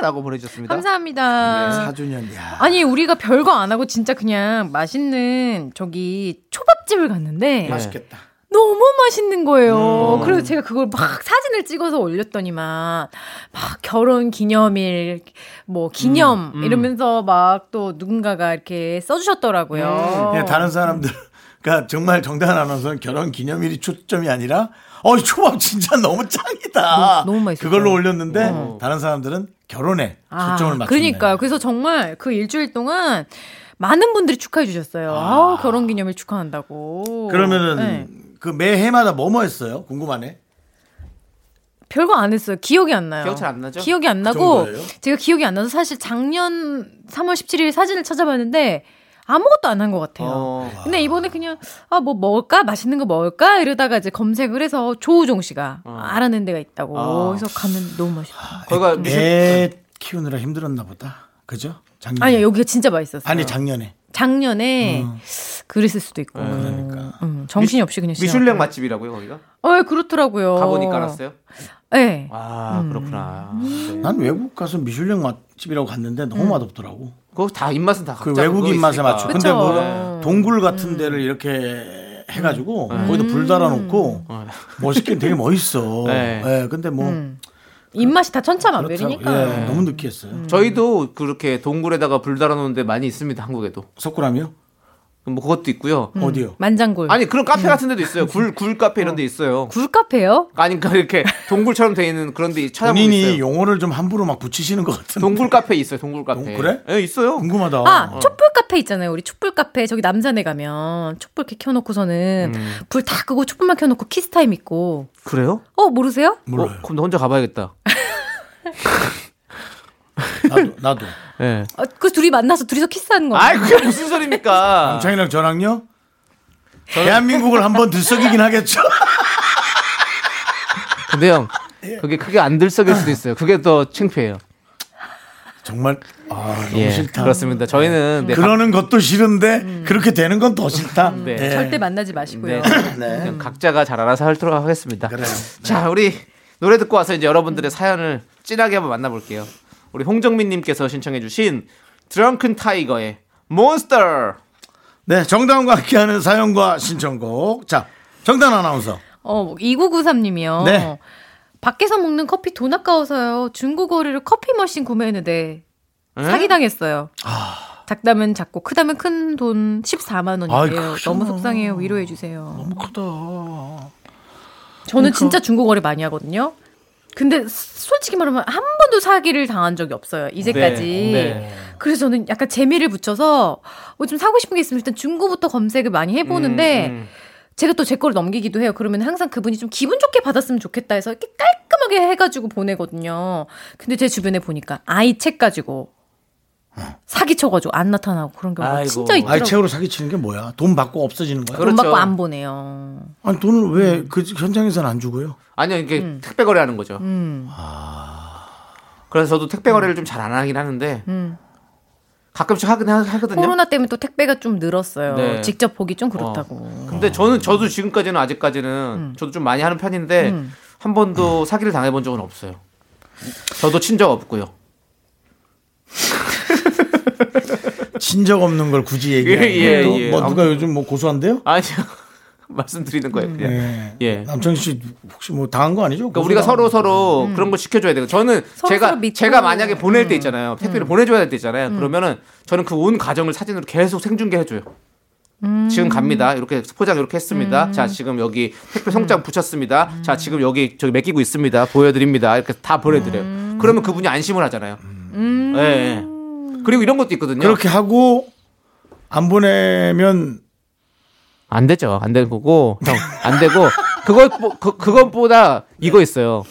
Speaker 2: 꺄라고 보내주셨습니다.
Speaker 1: 네,
Speaker 7: 감사합니다.
Speaker 1: 4주년, 야.
Speaker 7: 아. 아니 우리가 별거 안 하고 진짜 그냥 맛있는 저기 초밥집을 갔는데
Speaker 1: 네. 맛있겠다.
Speaker 7: 너무 맛있는 거예요.
Speaker 1: 음.
Speaker 7: 그래서 제가 그걸 막 사진을 찍어서 올렸더니만 막 결혼 기념일 뭐 기념
Speaker 1: 음,
Speaker 7: 이러면서 막 또 누군가가 이렇게 써주셨더라고요.
Speaker 1: 그냥 음. 예, 다른 사람들, 그러니까 정말 정다은 아나운서는 결혼 기념일이 초점이 아니라, 어, 이 초밥 진짜 너무 짱이다.
Speaker 7: 너무- 너무 맛있었어요.
Speaker 1: 그걸로 올렸는데, 다른 사람들은 결혼에
Speaker 7: 아,
Speaker 1: 초점을 맞췄네
Speaker 7: 그러니까요. 그래서 정말 그 일주일 동안 많은 분들이 축하해 주셨어요. 아, 결혼 기념일 축하한다고.
Speaker 1: 그러면은,
Speaker 7: 네.
Speaker 1: 그 매해마다 뭐뭐 했어요? 궁금하네.
Speaker 7: 별거 안 했어요. 기억이 안 나요.
Speaker 2: 기억 잘안 나죠?
Speaker 7: 기억이 안 나고
Speaker 1: 그 정도예요?
Speaker 7: 제가 기억이 안 나서 사실 작년 3월 17일 사진을 찾아봤는데 아무것도 안 한 것 같아요.
Speaker 2: 어.
Speaker 7: 근데 이번에 그냥 아 뭐 먹을까 맛있는 거 먹을까 이러다가 이제 검색을 해서 조우종 씨가 알아낸 데가 있다고
Speaker 2: 어. 아.
Speaker 7: 그래서 가면 너무 맛있다.
Speaker 2: 거기가
Speaker 1: 애 키우느라 힘들었나 보다. 그죠? 작년에.
Speaker 7: 아니야 여기가 진짜 맛있었어요.
Speaker 1: 아니, 작년에.
Speaker 7: 작년에
Speaker 2: 음.
Speaker 7: 그랬을 수도 있고
Speaker 1: 그러니까.
Speaker 7: 음, 정신이 없이 그냥
Speaker 2: 미슐랭 맛집이라고요 거기가?
Speaker 7: 어 그렇더라고요.
Speaker 2: 가보니까 알았어요.
Speaker 7: 네.
Speaker 2: 아 그렇구나. 네.
Speaker 1: 난 외국 가서 미슐랭 맛집이라고 갔는데 너무
Speaker 7: 음.
Speaker 1: 맛없더라고.
Speaker 2: 그거 다 입맛은 다
Speaker 1: 그
Speaker 2: 각자
Speaker 1: 외국
Speaker 2: 그거
Speaker 1: 입맛에
Speaker 2: 있으니까.
Speaker 1: 맞춰. 근데
Speaker 7: 그쵸.
Speaker 1: 뭐
Speaker 2: 음.
Speaker 1: 동굴 같은 데를 이렇게 해가지고 거기다 불 달아놓고
Speaker 2: 음.
Speaker 1: 멋있긴 되게 멋있어. 예.
Speaker 2: 네.
Speaker 1: 근데 뭐
Speaker 7: 입맛이 다
Speaker 1: 그렇더라고요.
Speaker 7: 천차만별이니까.
Speaker 1: 예, 너무 느끼했어요.
Speaker 2: 음. 저희도 그렇게 동굴에다가 불 달아놓는데 많이 있습니다 한국에도.
Speaker 1: 석굴암이요?
Speaker 2: 뭐 그것도 있고요.
Speaker 7: 음.
Speaker 1: 어디요?
Speaker 7: 만장굴.
Speaker 2: 아니 그런 카페 같은 데도 있어요. 굴 굴 카페 이런 데 있어요.
Speaker 7: 음. 굴카페요?
Speaker 2: 아니 그러니까 이렇게 동굴처럼 돼 있는 그런 데 찾아보면
Speaker 1: 본인이
Speaker 2: 있어요.
Speaker 1: 용어를 좀 함부로 막 붙이시는 것 같은데.
Speaker 2: 동굴 카페 있어요. 동굴 카페.
Speaker 1: 동- 그래?
Speaker 2: 예, 있어요.
Speaker 1: 궁금하다.
Speaker 7: 아, 촛불 카페 있잖아요. 우리 촛불 카페 저기 남산에 가면 촛불 이렇게 켜놓고서는
Speaker 2: 음.
Speaker 7: 불 다 끄고 촛불만 켜놓고 키스 타임 있고.
Speaker 2: 그래요?
Speaker 7: 어 모르세요?
Speaker 1: 몰라요.
Speaker 2: 어, 그럼 나 혼자 가봐야겠다.
Speaker 1: 나도 나도.
Speaker 2: 예.
Speaker 7: 어, 그 둘이 만나서 둘이서 키스하는 거.
Speaker 2: 아이 그게 무슨 소리입니까?
Speaker 1: 창이랑 저랑요? 대한민국을 한번 들썩이긴 하겠죠.
Speaker 2: 근데 형
Speaker 1: 예.
Speaker 2: 그게 크게 안 들썩일 수도 있어요. 그게 더 창피해요.
Speaker 1: 정말 아 너무
Speaker 2: 예,
Speaker 1: 싫다.
Speaker 2: 그렇습니다. 저희는 네,
Speaker 1: 그러는 것도 싫은데
Speaker 2: 음.
Speaker 1: 그렇게 되는 건 더 싫다.
Speaker 2: 네.
Speaker 1: 예.
Speaker 7: 절대 만나지 마시고요.
Speaker 2: 네. 그냥 각자가 잘 알아서 하도록 하겠습니다.
Speaker 1: 그래요. 네.
Speaker 2: 자, 우리 노래 듣고 와서 이제 여러분들의 사연을 진하게 한번 만나볼게요. 우리 홍정민님께서 신청해주신 드렁큰 타이거의 몬스터.
Speaker 1: 네, 정다운과 함께하는 사연과 신청곡. 자, 정다운 아나운서.
Speaker 7: 어 2993님이요.
Speaker 1: 네.
Speaker 7: 밖에서 먹는 커피 돈 아까워서요. 중고거래로 커피 머신 구매했는데 사기 당했어요. 작다면 작고 크다면 큰 돈 14만 원이에요.
Speaker 1: 아이,
Speaker 7: 너무
Speaker 1: 크잖아.
Speaker 7: 속상해요. 위로해 주세요.
Speaker 1: 크다.
Speaker 7: 저는 진짜 중고거래 많이 하거든요. 근데 솔직히 말하면 한 번도 사기를 당한 적이 없어요. 이제까지.
Speaker 2: 네.
Speaker 7: 그래서 저는 약간 재미를 붙여서 뭐 좀 사고 싶은 게 있으면 일단 중고부터 검색을 많이 해보는데
Speaker 2: 음, 음.
Speaker 7: 제가 또 제 거를 넘기기도 해요. 그러면 항상 그분이 좀 기분 좋게 받았으면 좋겠다 해서 이렇게 깔끔하게 해가지고 보내거든요. 근데 제 주변에 보니까 아이 책 가지고 사기 쳐가지고 안 나타나고 그런 경우가
Speaker 2: 아이고.
Speaker 7: 진짜 있더라고요.
Speaker 1: 알책으로 사기치는 게 뭐야? 돈 받고 없어지는 거야?
Speaker 7: 돈 받고
Speaker 2: 그렇죠.
Speaker 7: 안 보내요.
Speaker 1: 아니, 돈을 왜 그 현장에서는 안 주고요?
Speaker 2: 아니요, 이게 택배 거래하는 거죠. 그래서 저도 택배 거래를 좀 잘 안 하긴 하는데 가끔씩 하긴 하- 하거든요.
Speaker 7: 코로나 때문에 또 택배가 좀 늘었어요.
Speaker 2: 네.
Speaker 7: 직접 보기 좀
Speaker 2: 어.
Speaker 7: 그렇다고.
Speaker 2: 근데 저는 저도 지금까지는 아직까지는 저도 좀 많이 하는 편인데 한 번도 사기를 당해본 적은 없어요. 저도 친 적 없고요.
Speaker 1: 친적 없는 걸 굳이 얘기하는
Speaker 2: 예, 예,
Speaker 1: 것도
Speaker 2: 예.
Speaker 1: 뭐 누가 요즘 뭐 고소한대요?
Speaker 2: 아니요. 말씀드리는 거예요. 그냥.
Speaker 1: 예.
Speaker 2: 예.
Speaker 1: 남창 씨 혹시 뭐 당한 거 아니죠?
Speaker 2: 그러니까 우리가 서로 서로 그런 거 시켜줘야 돼요. 저는
Speaker 7: 음. 서로
Speaker 2: 제가
Speaker 7: 서로 믿고. 음.
Speaker 2: 제가 만약에 보낼 때 있잖아요. 택배를 보내줘야 될 때 있잖아요. 그러면은 저는 그 온 과정을 사진으로 계속 생중계 해줘요.
Speaker 7: 음.
Speaker 2: 지금 갑니다. 이렇게 포장 이렇게 했습니다. 자 지금 여기
Speaker 7: 음.
Speaker 2: 택배 송장 붙였습니다. 자 지금 여기 저기 맡기고 있습니다. 보여드립니다. 이렇게 다 보내드려요.
Speaker 7: 음.
Speaker 2: 그러면 그분이 안심을 하잖아요. 예, 예. 그리고 이런 것도 있거든요.
Speaker 7: 그렇죠.
Speaker 1: 그렇게 하고 안 보내면
Speaker 2: 안 되죠. 안 되는 거고 형 안 되고 그것 그, 그것보다 이거 있어요.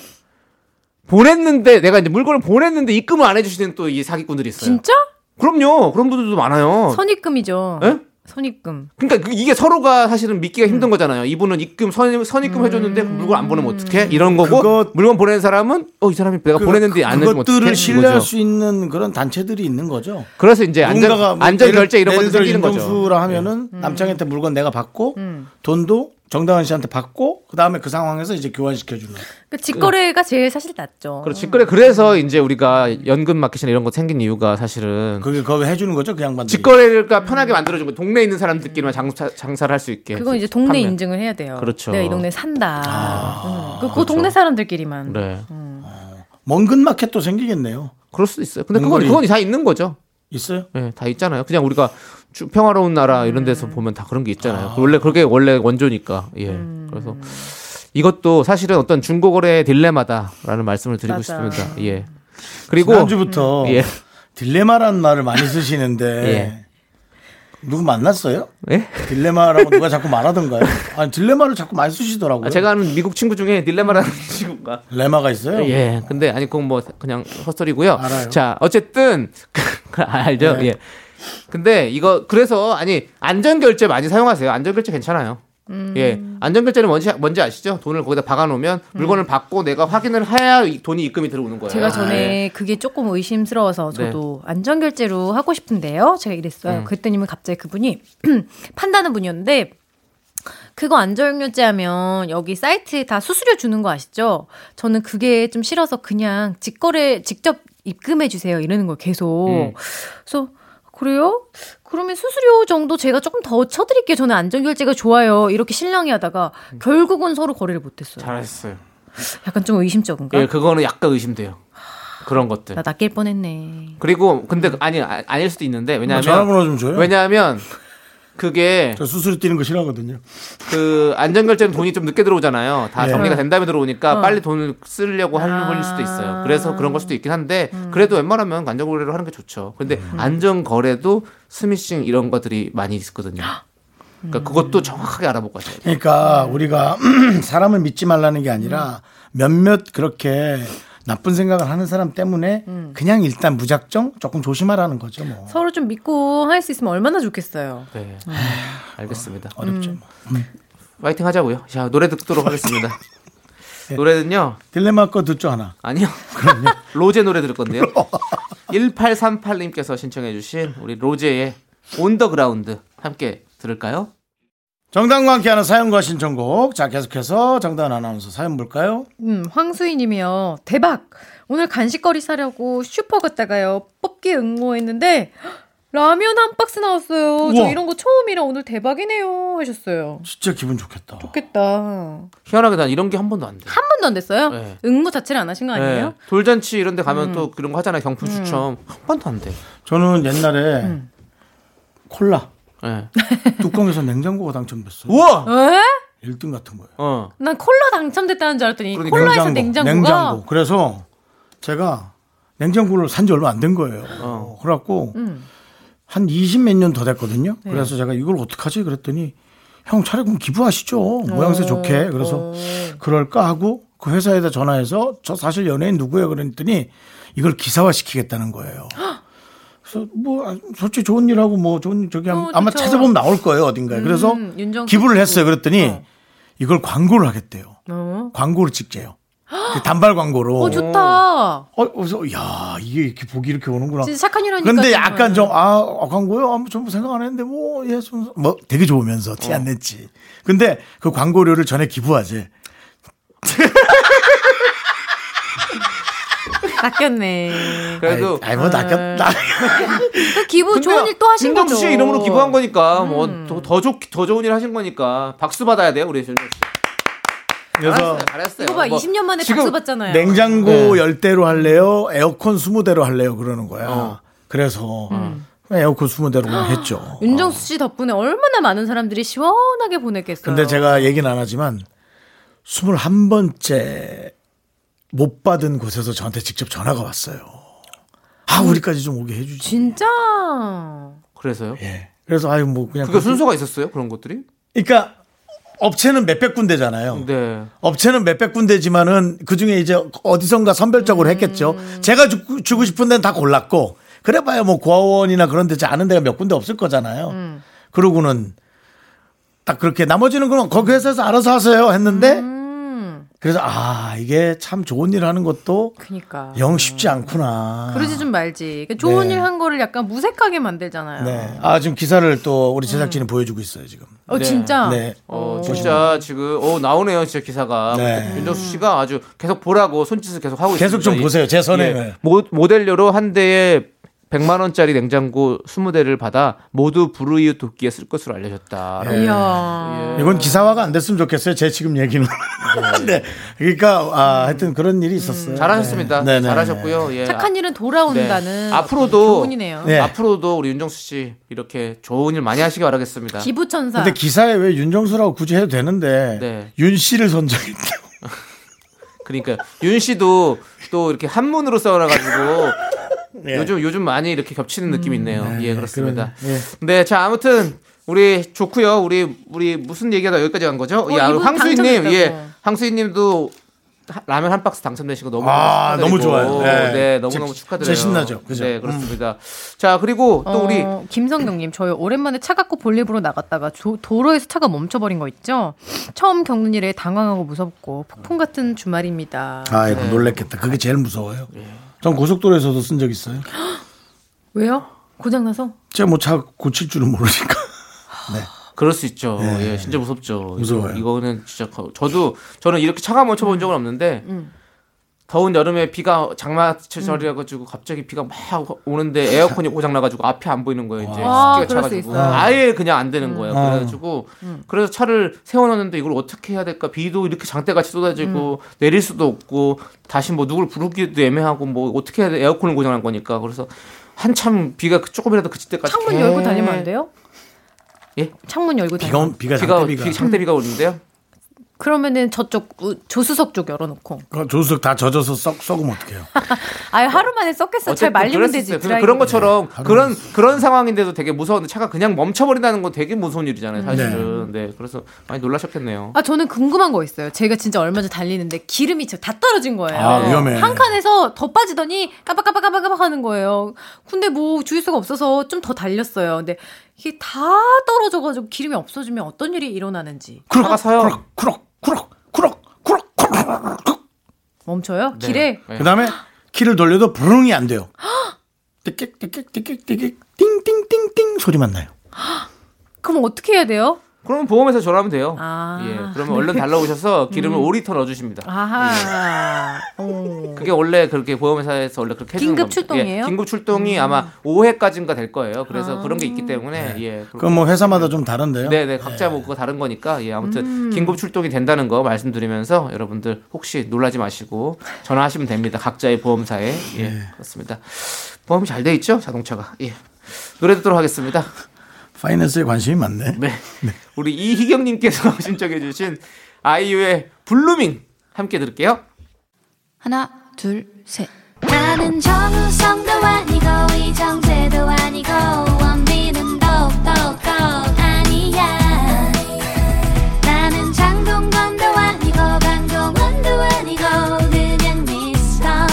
Speaker 2: 보냈는데 내가 이제 물건을 보냈는데 입금을 안 해주시는 또 이 사기꾼들이 있어요.
Speaker 7: 진짜?
Speaker 2: 그럼요. 그런 분들도 많아요.
Speaker 7: 선입금이죠.
Speaker 2: 어. 예?
Speaker 7: 선입금.
Speaker 2: 그러니까 그- 이게 서로가 사실은
Speaker 1: 음.
Speaker 2: 믿기가 힘든 거잖아요. 이분은 입금 선, 선입금 해줬는데 그 물건 안 보내면 어떡해? 이런 거고
Speaker 1: 그것- 그
Speaker 2: 물건 보내는 사람은 어 이 사람이 내가 보냈는데 안 해주면 어떡해?
Speaker 1: 그것들을 신뢰할
Speaker 2: 이거죠.
Speaker 1: 수 있는 그런 단체들이 있는 거죠.
Speaker 2: 그래서 이제 예, 안전
Speaker 1: 누군가가 뭐
Speaker 2: 안전
Speaker 1: 예를-
Speaker 2: 결제 이런
Speaker 1: 예를
Speaker 2: 것도
Speaker 1: 들어
Speaker 2: 생기는 거죠. 음.
Speaker 1: 윤정수라 하면은 남창한테 물건 내가 받고 돈도 정다은 씨한테 받고 그 다음에 그 상황에서 이제 교환시켜 주는.
Speaker 7: 그 직거래가 제일 사실 낫죠.
Speaker 2: 그렇지. 그래 그래서 이제 우리가 연금 마켓이나 이런 거 생긴 이유가 사실은
Speaker 1: 그게 그거 해주는 거죠, 그 양반들.
Speaker 7: 음.
Speaker 2: 직거래가 편하게 만들어준 거. 동네에 있는 사람들끼리만 장사, 장사를 할 수 있게.
Speaker 7: 그건 이제 동네
Speaker 2: 판매.
Speaker 7: 인증을 해야 돼요.
Speaker 2: 그렇죠. 아,
Speaker 7: 내가 이 동네 산다. 음. 그, 그 동네 사람들끼리만.
Speaker 2: 그래.
Speaker 1: 먼근 마켓도 생기겠네요.
Speaker 2: 그럴 수도 있어요. 근데 그건
Speaker 1: 은근히.
Speaker 2: 그건 다 있는 거죠.
Speaker 1: 있어요?
Speaker 2: 예, 다 있잖아요. 그냥 우리가 쭉 평화로운 나라
Speaker 7: 음.
Speaker 2: 이런 데서 보면 다 그런 게 있잖아요. 원래 그게 원래 원조니까. 예.
Speaker 7: 음.
Speaker 2: 그래서 이것도 사실은 어떤 중고거래의 딜레마다라는 말씀을 드리고
Speaker 7: 맞아.
Speaker 2: 싶습니다. 예. 그리고
Speaker 1: 지난주부터
Speaker 2: 음. 예.
Speaker 1: 딜레마라는 말을 많이 쓰시는데 누구 만났어요?
Speaker 2: 예?
Speaker 1: 딜레마라고 누가 자꾸 말하던가요? 아니 딜레마를 자꾸 많이 쓰시더라고요.
Speaker 2: 아, 제가 아는 미국 친구 중에 딜레마라는 친구가
Speaker 1: 레마가 있어요?
Speaker 2: 예. 근데 아니 그건 뭐 그냥 헛소리고요.
Speaker 1: 알아요. 네.
Speaker 2: 자, 어쨌든 알죠. 예. 근데 이거 그래서 아니 안전 결제 많이 사용하세요. 안전 결제 괜찮아요.
Speaker 7: 음.
Speaker 2: 예. 안전 결제는 뭔지 뭔지 아시죠? 돈을 거기다 박아 놓으면 물건을 받고 내가 확인을 해야 이 돈이 입금이 들어오는 거예요.
Speaker 7: 제가 전에
Speaker 2: 예.
Speaker 7: 그게 조금
Speaker 2: 네.
Speaker 7: 의심스러워서
Speaker 2: 음.
Speaker 7: 저도 안전결제로 하고 싶은데요. 제가 이랬어요. 그랬더니면 갑자기 그분이 판다는 분이었는데 그거 안전결제하면 여기 사이트에 다 수수료 주는 거 아시죠? 저는 그게 좀 싫어서 그냥 직거래 직접 입금해 주세요 이러는 거 계속.
Speaker 2: 음.
Speaker 7: 그래서 그래요? 그러면 수수료 정도 제가 조금 더 쳐드릴게요. 저는 안전결제가 좋아요. 이렇게 실랑이 하다가 결국은 서로 거래를 못했어요.
Speaker 2: 음. 잘했어요.
Speaker 7: 약간 좀 의심적인가?
Speaker 2: 예, 그거는 약간 의심돼요. 그런 것들.
Speaker 7: 나 음. 낚일 뻔했네.
Speaker 2: 그리고 근데 아니 아- 아닐 수도 있는데
Speaker 1: 아,
Speaker 2: 왜냐하면
Speaker 1: 전화번호 좀 줘요.
Speaker 2: 왜냐하면 그게
Speaker 1: 저 수수료 뛰는 거 싫어하거든요.
Speaker 2: 그 안전결제는 돈이 좀 늦게 들어오잖아요. 다
Speaker 1: 네.
Speaker 2: 정리가 된 다음에 들어오니까 빨리 돈을 쓰려고 하는 걸 수도 있어요. 그래서 그런 걸 수도 있긴 한데 그래도 웬만하면 안전거래를 하는 게 좋죠. 근데
Speaker 1: 음.
Speaker 2: 안전거래도 스미싱 이런 것들이 많이 있거든요. 그러니까 그것도 정확하게 알아보고 하셔야 돼요.
Speaker 1: 그러니까 우리가 사람을 믿지 말라는 게 아니라 몇몇 그렇게 나쁜 생각을 하는 사람 때문에 그냥 일단 무작정 조금 조심하라는 거죠. 뭐
Speaker 7: 서로 좀 믿고 할 수 있으면 얼마나 좋겠어요.
Speaker 2: 네. 알겠습니다.
Speaker 1: 어렵죠. 뭐.
Speaker 2: 파이팅 하자고요. 자, 노래 듣도록 하겠습니다.
Speaker 1: 네.
Speaker 2: 노래는요.
Speaker 1: 딜레마 거 듣죠 하나.
Speaker 2: 아니요. 로제 노래 들을 건데요. 1838님께서 신청해 주신 우리 로제의 온더그라운드 함께 들을까요?
Speaker 1: 정당과 함께하는 사연과 신청곡. 자 계속해서 정당 아나운서 사연 볼까요?
Speaker 7: 음, 황수희님이요. 대박! 오늘 간식거리 사려고 슈퍼 갔다가요. 뽑기 응모했는데 헉, 라면 한 박스 나왔어요. 저
Speaker 1: 우와.
Speaker 7: 이런 거 처음이라 오늘 대박이네요 하셨어요.
Speaker 1: 진짜 기분 좋겠다.
Speaker 7: 좋겠다. 한
Speaker 2: 희한하게 난 이런 게 한 번도 안 돼.
Speaker 7: 번도 안 됐어요?
Speaker 2: 네.
Speaker 7: 응모 자체를 안 하신 거 아니에요?
Speaker 2: 예, 돌잔치 이런 데 가면 또 그런 거 하잖아요. 경품 추첨. 한 번도 안 돼.
Speaker 1: 저는 옛날에 콜라
Speaker 2: 예.
Speaker 1: 뚜껑에서 냉장고가 당첨됐어요.
Speaker 2: 우와!
Speaker 7: 에?
Speaker 1: 1등 같은 거예요.
Speaker 2: 어.
Speaker 7: 난 콜라 당첨됐다는 줄 알았더니
Speaker 2: 그러니까
Speaker 7: 콜라에서
Speaker 1: 냉장고,
Speaker 7: 냉장고가
Speaker 1: 냉장고. 그래서 제가 냉장고를 산 지 얼마 안 된 거예요.
Speaker 7: 어.
Speaker 1: 그래갖고
Speaker 7: 음.
Speaker 1: 한 20 몇 년 더 됐거든요.
Speaker 7: 네.
Speaker 1: 그래서 제가 이걸 어떡하지 그랬더니 형 차라리 그럼 기부하시죠.
Speaker 7: 어.
Speaker 1: 모양새 좋게. 그래서 그럴까 하고 그 회사에다 전화해서 저 사실 연예인 누구예요 그랬더니 이걸 기사화 시키겠다는 거예요. 그래서 뭐 아, 솔직히 좋은 일하고 뭐 좋은 저기 하면
Speaker 7: 어,
Speaker 1: 아마
Speaker 7: 좋죠. 음,
Speaker 1: 찾아보면 나올 거예요 어딘가에. 그래서
Speaker 7: 윤정수
Speaker 1: 기부를
Speaker 7: 씨도.
Speaker 1: 했어요. 그랬더니 이걸 광고를 하겠대요.
Speaker 7: 어?
Speaker 1: 광고를 찍재요. 그 단발 광고로.
Speaker 7: 어, 좋다.
Speaker 1: 어, 그래서 야 이게 이렇게 복이 이렇게 오는구나.
Speaker 7: 진짜 착한 일하니까.
Speaker 1: 근데
Speaker 7: 정말.
Speaker 1: 약간 좀 아 광고요. 아무 전부 생각 안 했는데 뭐예뭐 되게 좋으면서 티
Speaker 2: 어.
Speaker 1: 안 냈지. 근데 그 광고료를 전에 기부하지.
Speaker 7: 낚였네.
Speaker 2: 그래도
Speaker 1: 아이 뭐 낚였 나.
Speaker 7: 그 기부 좋은 일 또 하신 거죠.
Speaker 2: 윤정수 씨 이름으로 기부한 거니까 뭐더더 더 좋은 일 하신 거니까 박수 받아야 돼요 우리 윤정수 씨.
Speaker 7: 아,
Speaker 1: 그래서
Speaker 2: 잘했어요.
Speaker 7: 이거 봐,
Speaker 2: 뭐
Speaker 7: 20년 만에
Speaker 2: 지금
Speaker 7: 박수 받잖아요.
Speaker 1: 냉장고
Speaker 2: 네.
Speaker 1: 열 대로 할래요. 에어컨 2 0 대로 할래요. 그러는 거야.
Speaker 2: 어.
Speaker 1: 그래서
Speaker 7: 음.
Speaker 1: 그냥 에어컨 2 0 대로 그냥 했죠.
Speaker 7: 윤정수 씨 덕분에 얼마나 많은 사람들이 시원하게 보냈겠어요.
Speaker 1: 근데 제가 얘기는 안 하지만 21번째 못 받은 곳에서 저한테 직접 전화가 왔어요. 아, 우리까지 좀 오게 해주지.
Speaker 7: 진짜
Speaker 2: 그래서요?
Speaker 1: 예. 그래서 아유 뭐 그냥
Speaker 2: 그게 순서가 있었어요 그런 것들이?
Speaker 1: 그러니까 업체는 몇백 군데잖아요.
Speaker 2: 네.
Speaker 1: 업체는 몇백 군데지만은 그 중에 이제 어디선가
Speaker 7: 음.
Speaker 1: 선별적으로 했겠죠. 제가 주, 주고 싶은 데는 다 골랐고 그래봐야 뭐 고아원이나 그런 데지 않은 데가 몇 군데 없을 거잖아요.
Speaker 7: 음. 음.
Speaker 1: 그러고는 딱 그렇게 나머지는 그럼 거기 회사에서 알아서 하세요 했는데 그래서 아 이게 참 좋은 일 하는 것도
Speaker 7: 그니까.
Speaker 1: 영 쉽지 않구나.
Speaker 7: 그러지 좀 말지. 그러니까 좋은
Speaker 1: 네.
Speaker 7: 일 한 거를 약간 무색하게 만들잖아요.
Speaker 1: 네. 아 지금 기사를 또 우리 제작진이 보여주고 있어요 지금.
Speaker 7: 어
Speaker 2: 네.
Speaker 7: 진짜.
Speaker 1: 네.
Speaker 2: 어, 진짜 지금 어 나오네요 진짜 기사가
Speaker 1: 네.
Speaker 2: 윤정수 씨가 아주 계속 보라고 손짓을 계속 하고
Speaker 1: 계속
Speaker 2: 있습니다.
Speaker 7: 예.
Speaker 1: 좀 보세요, 제 선행을.
Speaker 2: 예. 모, 모델료로 한 대에 100만 원짜리 냉장고 20대를 받아 모두 불우이웃 돕기에 쓸 것으로 알려졌다.
Speaker 1: 예.
Speaker 7: 이야.
Speaker 1: 이건 기사화가 안 됐으면 좋겠어요. 제 지금 얘기는. 네. 그러니까 아 하여튼 그런 일이 있었어요.
Speaker 2: 잘하셨습니다.
Speaker 1: 네. 네, 네.
Speaker 2: 잘하셨고요. 예.
Speaker 7: 착한 일은
Speaker 2: 네.
Speaker 7: 돌아온다는
Speaker 2: 앞으로도
Speaker 7: 교훈이네요.
Speaker 1: 네.
Speaker 2: 앞으로도 우리 윤정수 씨 이렇게 좋은 일 많이 하시길 바라겠습니다.
Speaker 7: 기부천사.
Speaker 1: 근데 기사에 왜 윤정수라고 굳이 해도 되는데
Speaker 2: 네.
Speaker 1: 윤 씨를 선정했다고.
Speaker 2: 그러니까 윤 씨도 또 이렇게 한문으로 써놔가지고
Speaker 1: 예. 음,
Speaker 2: 요즘 요즘 많이 이렇게 겹치는 느낌이 있네요. 예 그렇습니다.
Speaker 1: 그러네요.
Speaker 2: 네, 자 아무튼 우리 좋고요. 우리 우리 무슨 얘기하다 여기까지 간 거죠? 예, 아,
Speaker 7: 어, 이분
Speaker 2: 황수희님,
Speaker 7: 당첨됐다고.
Speaker 2: 예, 황수희님도 하- 라면 한 박스 당첨되신 거 너무
Speaker 1: 아,
Speaker 2: 축하드리고.
Speaker 1: 너무 좋아요.
Speaker 2: 네,
Speaker 1: 네.
Speaker 2: 너무 너무
Speaker 1: 제-
Speaker 2: 축하드려요.
Speaker 1: 제 신나죠? 음. 그죠?
Speaker 2: 네, 그렇습니다. 자 그리고 또 우리
Speaker 7: 어, 김성경님, 저희 오랜만에 차 갖고 볼일보러 나갔다가 조- 도로에서 차가 멈춰버린 거 있죠? 처음 겪는 일에 당황하고 무섭고 폭풍 같은 주말입니다.
Speaker 1: 아이고 놀랬겠다. 그게 제일 무서워요. 네. 예. 전 고속도로에서도 쓴 적 있어요.
Speaker 7: 왜요? 고장나서?
Speaker 1: 제가 뭐 차 고칠 줄은 모르니까.
Speaker 2: 그럴 수 있죠. 예, 진짜 무섭죠.
Speaker 1: 네. 무서워요.
Speaker 2: 이거- 이거는 진짜 커- 저도 저는 이렇게 차가 멈춰본 적은 없는데 더운 여름에 비가 장마철이라 가지고 갑자기 비가 막 오는데 에어컨이 고장 나가지고 앞이 안 보이는 거예요. 이제 습기가
Speaker 7: 와. 아, 그럴 수
Speaker 2: 차가지고
Speaker 7: 있어요.
Speaker 2: 아예 그냥 안 되는 거예요. 그래가지고 그래서 차를 세워놨는데 이걸 어떻게 해야 될까? 비도 이렇게 장대같이 쏟아지고
Speaker 7: 음.
Speaker 2: 내릴 수도 없고 다시 뭐 누굴 부르기도 애매하고 뭐 어떻게 해야 돼? 에어컨을 고장난 거니까 그래서 한참 비가 그- 조금이라도 그칠 때까지
Speaker 7: 창문
Speaker 2: 계속
Speaker 7: 열고 다니면 안 돼요?
Speaker 2: 예?
Speaker 7: 창문 열고
Speaker 1: 비가
Speaker 7: 다니면.
Speaker 1: 온- 비가
Speaker 2: 비가
Speaker 1: 장대비가.
Speaker 2: 비- 장대비가 오는데요.
Speaker 7: 그러면은 저쪽 우- 조수석 쪽 열어놓고.
Speaker 1: 그 조수석 다 젖어서 썩 썩으면 어떡해요?
Speaker 7: 아예 하루만에 썼겠어. 잘
Speaker 2: 어쨌든
Speaker 7: 말리면
Speaker 2: 그랬었어요.
Speaker 7: 되지.
Speaker 2: 그래서
Speaker 7: 드라이기.
Speaker 2: 그런 것처럼 그런 그런 상황인데도 되게 무서운데 차가 그냥 멈춰버린다는 건 되게 무서운 일이잖아요,
Speaker 7: 음.
Speaker 2: 사실은. 네, 그래서 많이 놀라셨겠네요.
Speaker 7: 아 저는 궁금한 거 있어요. 제가 진짜 얼마 전에 달리는데 기름이 진짜 다 떨어진 거예요.
Speaker 1: 아, 위험해.
Speaker 7: 한 칸에서 더 빠지더니 까박까박까박까박 하는 거예요. 근데 뭐 주유소가 없어서 좀 더 달렸어요. 근데 이게 다 떨어져가지고 기름이 없어지면 어떤 일이 일어나는지
Speaker 2: 차가 서요.
Speaker 1: 쿠럭 쿠럭 쿠럭 쿠럭 쿠럭 쿠럭 쿠럭.
Speaker 7: 멈춰요. 길에
Speaker 2: 네.
Speaker 1: 그다음에 키를 돌려도 부릉이 안 돼요. 띠끼 띠끼 띠끼 띠끼 띵띵띵띵 소리만 나요.
Speaker 7: 그럼 어떻게 해야 돼요?
Speaker 2: 그러면 보험회사 전화하면 돼요.
Speaker 7: 아. 음.
Speaker 2: 예, 그러면 얼른 달려오셔서 기름을 5리터 넣어주십니다.
Speaker 7: 아하. 어.
Speaker 2: 그게 원래 그렇게 보험회사에서 원래 그렇게 해주는
Speaker 7: 긴급
Speaker 2: 겁니다.
Speaker 7: 출동이에요? 음. 아.
Speaker 2: 예, 긴급 출동이 아마 5회까지인가 될 거예요. 그래서 그런 게 있기 때문에 예.
Speaker 1: 그건 뭐 회사마다 좀 다른데요.
Speaker 2: 네네 각자 뭐 그거 다른 거니까 예 아무튼 긴급 출동이 된다는 거 말씀드리면서 여러분들 혹시 놀라지 마시고 전화하시면 됩니다 각자의 보험사에 예 그렇습니다 보험이 잘 돼 있죠 자동차가 예 노래 듣도록 하겠습니다
Speaker 1: 파이낸스에 관심이 많네.
Speaker 2: 네 우리 이희경님께서 신청해주신 아이유의 블루밍 함께 들을게요
Speaker 8: 하나, 둘, 셋.
Speaker 3: 나는 정우성도 아니고 이정재도 아니고 원빈은 더욱더 아니야 나는 장동건도 아니고 강동원도 아니고 그냥 미스터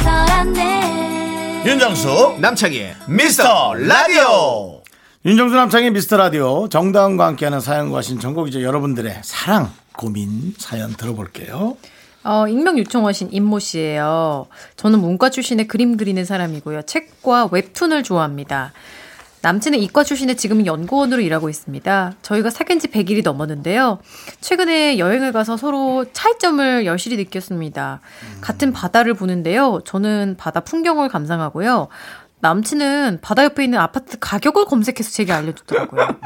Speaker 3: 미스터란데
Speaker 2: 예.
Speaker 4: 윤정수
Speaker 2: 남창희의
Speaker 4: 미스터 라디오
Speaker 1: 윤정수 남창의 미스터 라디오 정다은과 함께하는 사연과 신청곡 이제 여러분들의 사랑 고민 사연 들어볼게요.
Speaker 7: 어, 익명 요청하신 임모 씨예요. 저는 문과 출신의 그림 그리는 사람이고요. 책과 웹툰을 좋아합니다. 남친은 이과 출신에 지금은 연구원으로 일하고 있습니다. 저희가 사귄 지 100일이 넘었는데요. 최근에 여행을 가서 서로 차이점을 열심히 느꼈습니다. 같은 바다를 보는데요. 저는 바다 풍경을 감상하고요. 남친은 바다 옆에 있는 아파트 가격을 검색해서 제게 알려주더라고요.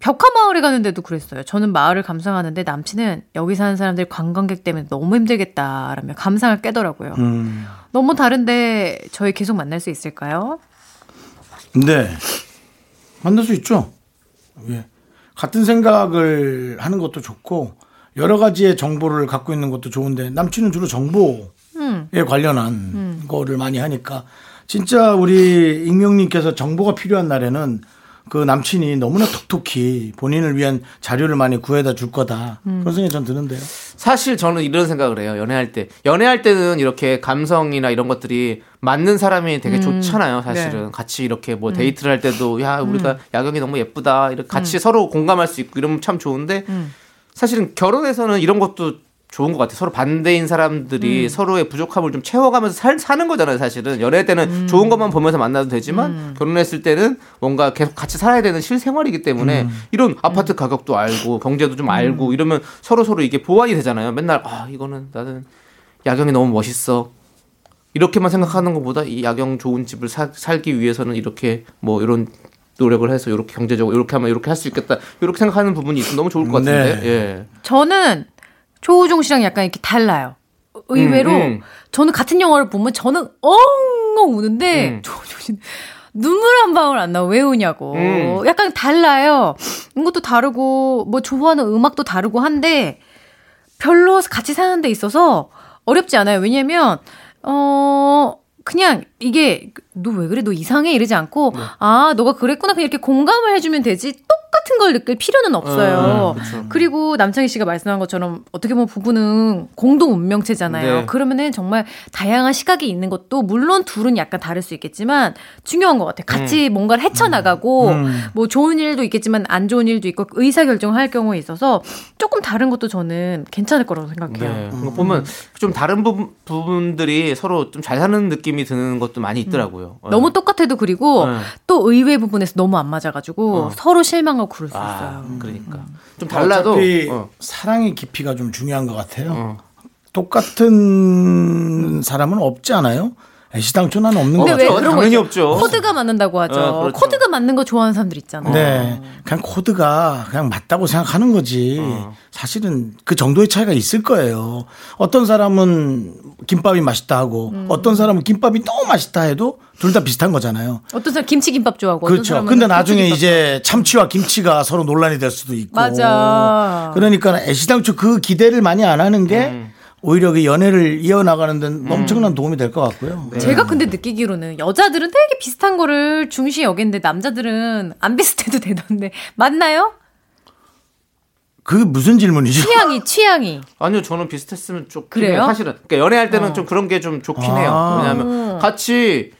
Speaker 7: 벽화 마을에 가는데도 그랬어요. 저는 마을을 감상하는데 남친은 여기 사는 사람들 관광객 때문에 너무 힘들겠다라며 감상을 깨더라고요.
Speaker 2: 음.
Speaker 1: 음.
Speaker 7: 너무 다른데 저희 계속 만날 수 있을까요?
Speaker 1: 네. 만날 수 있죠. 예. 같은 생각을 하는 것도 좋고 여러 가지의 정보를 갖고 있는 것도 좋은데 남친은 주로 정보에 관련한 거를 많이 하니까 진짜 우리 익명님께서 정보가 필요한 날에는 그 남친이 너무나 톡톡히 본인을 위한 자료를 많이 구해다 줄 거다. 그런 생각이 전 드는데요.
Speaker 2: 사실 저는 이런 생각을 해요. 연애할 때. 연애할 때는 이렇게 감성이나 이런 것들이 맞는 사람이 되게 좋잖아요. 사실은. 같이 이렇게 뭐 데이트를 할 때도 야, 우리가 야경이 너무 예쁘다. 이렇게 같이 서로 공감할 수 있고 이러면 참 좋은데 사실은 결혼해서는 이런 것도 좋은 것 같아요. 서로 반대인 사람들이 서로의 부족함을 좀 채워가면서 살, 사는 거잖아요, 사실은. 연애 때는 좋은 것만 보면서 만나도 되지만 결혼했을 때는 뭔가 계속 같이 살아야 되는 실생활이기 때문에 이런 아파트 가격도 알고 경제도 좀 알고 이러면 서로 서로 이게 보완이 되잖아요. 맨날 아 이거는 나는 야경이 너무 멋있어. 이렇게만 생각하는 것보다 이 야경 좋은 집을 사- 살기 위해서는 이렇게 뭐 이런 노력을 해서 이렇게 경제적으로 이렇게 하면 이렇게 할 수 있겠다 이렇게 생각하는 부분이 있으면 너무 좋을 것 같은데
Speaker 1: 네.
Speaker 2: 예.
Speaker 7: 저는 조우종 씨랑 약간 이렇게 달라요. 의외로
Speaker 2: 음, 음.
Speaker 7: 저는 같은 영화를 보면 저는 엉엉 우는데
Speaker 2: 음.
Speaker 7: 조우종 씨는 눈물 한 방울 안 나와 왜 우냐고
Speaker 2: 음.
Speaker 7: 약간 달라요. 이것도 다르고 뭐 좋아하는 음악도 다르고 한데 별로 같이 사는 데 있어서 어렵지 않아요. 왜냐면 어 그냥 이게 너 왜 그래 너 이상해 이러지 않고 아 너가 그랬구나 그냥 이렇게 공감을 해주면 되지 똑같은 걸 느낄 필요는 없어요. 그리고 남창희 씨가 말씀한 것처럼 어떻게 보면 부부는 공동 운명체잖아요.
Speaker 2: 네.
Speaker 7: 그러면은 정말 다양한 시각이 있는 것도 물론 둘은 약간 다를 수 있겠지만 중요한 것 같아요. 같이
Speaker 2: 음.
Speaker 7: 뭔가를 헤쳐나가고 뭐 좋은 일도 있겠지만 안 좋은 일도 있고 의사 결정할 경우에 있어서 조금 다른 것도 저는 괜찮을 거라고 생각해요.
Speaker 1: 음.
Speaker 2: 네. 그거 보면 좀 다른 부분, 부분들이 서로 좀 잘 사는 느낌이 드는 것도 많이 있더라고요. 예.
Speaker 7: 음. 너무 똑같아도 그리고
Speaker 2: 네.
Speaker 7: 또 의외 부분에서 너무 안 맞아가지고
Speaker 2: 어.
Speaker 7: 서로 실망하고 그럴 수
Speaker 2: 아,
Speaker 7: 있어요. 음.
Speaker 2: 그러니까 좀 달라도
Speaker 1: 어차피
Speaker 2: 어.
Speaker 1: 사랑의 깊이가 좀 중요한 것 같아요.
Speaker 2: 어.
Speaker 1: 똑같은 사람은 없지 않아요? 애시당초 난 없는
Speaker 2: 어,
Speaker 1: 것
Speaker 7: 근데 왜
Speaker 1: 같아요.
Speaker 7: 그런 거
Speaker 2: 당연히
Speaker 7: 있죠?
Speaker 2: 없죠.
Speaker 7: 코드가 맞는다고 하죠.
Speaker 2: 어, 그렇죠.
Speaker 7: 코드가 맞는 거 좋아하는 사람들 있잖아요.
Speaker 1: 네.
Speaker 2: 어.
Speaker 1: 그냥 코드가 그냥 맞다고 생각하는 거지.
Speaker 2: 어.
Speaker 1: 사실은 그 정도의 차이가 있을 거예요. 어떤 사람은 김밥이 맛있다 하고 어떤 사람은 김밥이 너무 맛있다 해도 둘 다 비슷한 거잖아요.
Speaker 7: 어떤 사람 김치김밥 좋아하고 어떤
Speaker 1: 그렇죠.
Speaker 7: 사람은
Speaker 1: 근데 나중에
Speaker 7: 김치김밥
Speaker 1: 이제 참치와 김치가 서로 논란이 될 수도 있고.
Speaker 7: 맞아.
Speaker 1: 그러니까 애시당초 그 기대를 많이 안 하는 게
Speaker 2: 음.
Speaker 1: 오히려 그 연애를 이어나가는 데는 엄청난 도움이 될 것 같고요.
Speaker 2: 네. 음.
Speaker 7: 제가 근데 느끼기로는 여자들은 되게 비슷한 거를 중시 여기는데 남자들은 안 비슷해도 되던데 맞나요?
Speaker 1: 그게 무슨 질문이죠?
Speaker 7: 취향이 취향이
Speaker 2: 아니요, 저는 비슷했으면 좋긴
Speaker 7: 그래요? 어.
Speaker 2: 해요. 사실은 그러니까 연애할 때는 좀 그런 게 좀 좋긴
Speaker 1: 아.
Speaker 2: 해요.
Speaker 7: 음.
Speaker 2: 왜냐하면 같이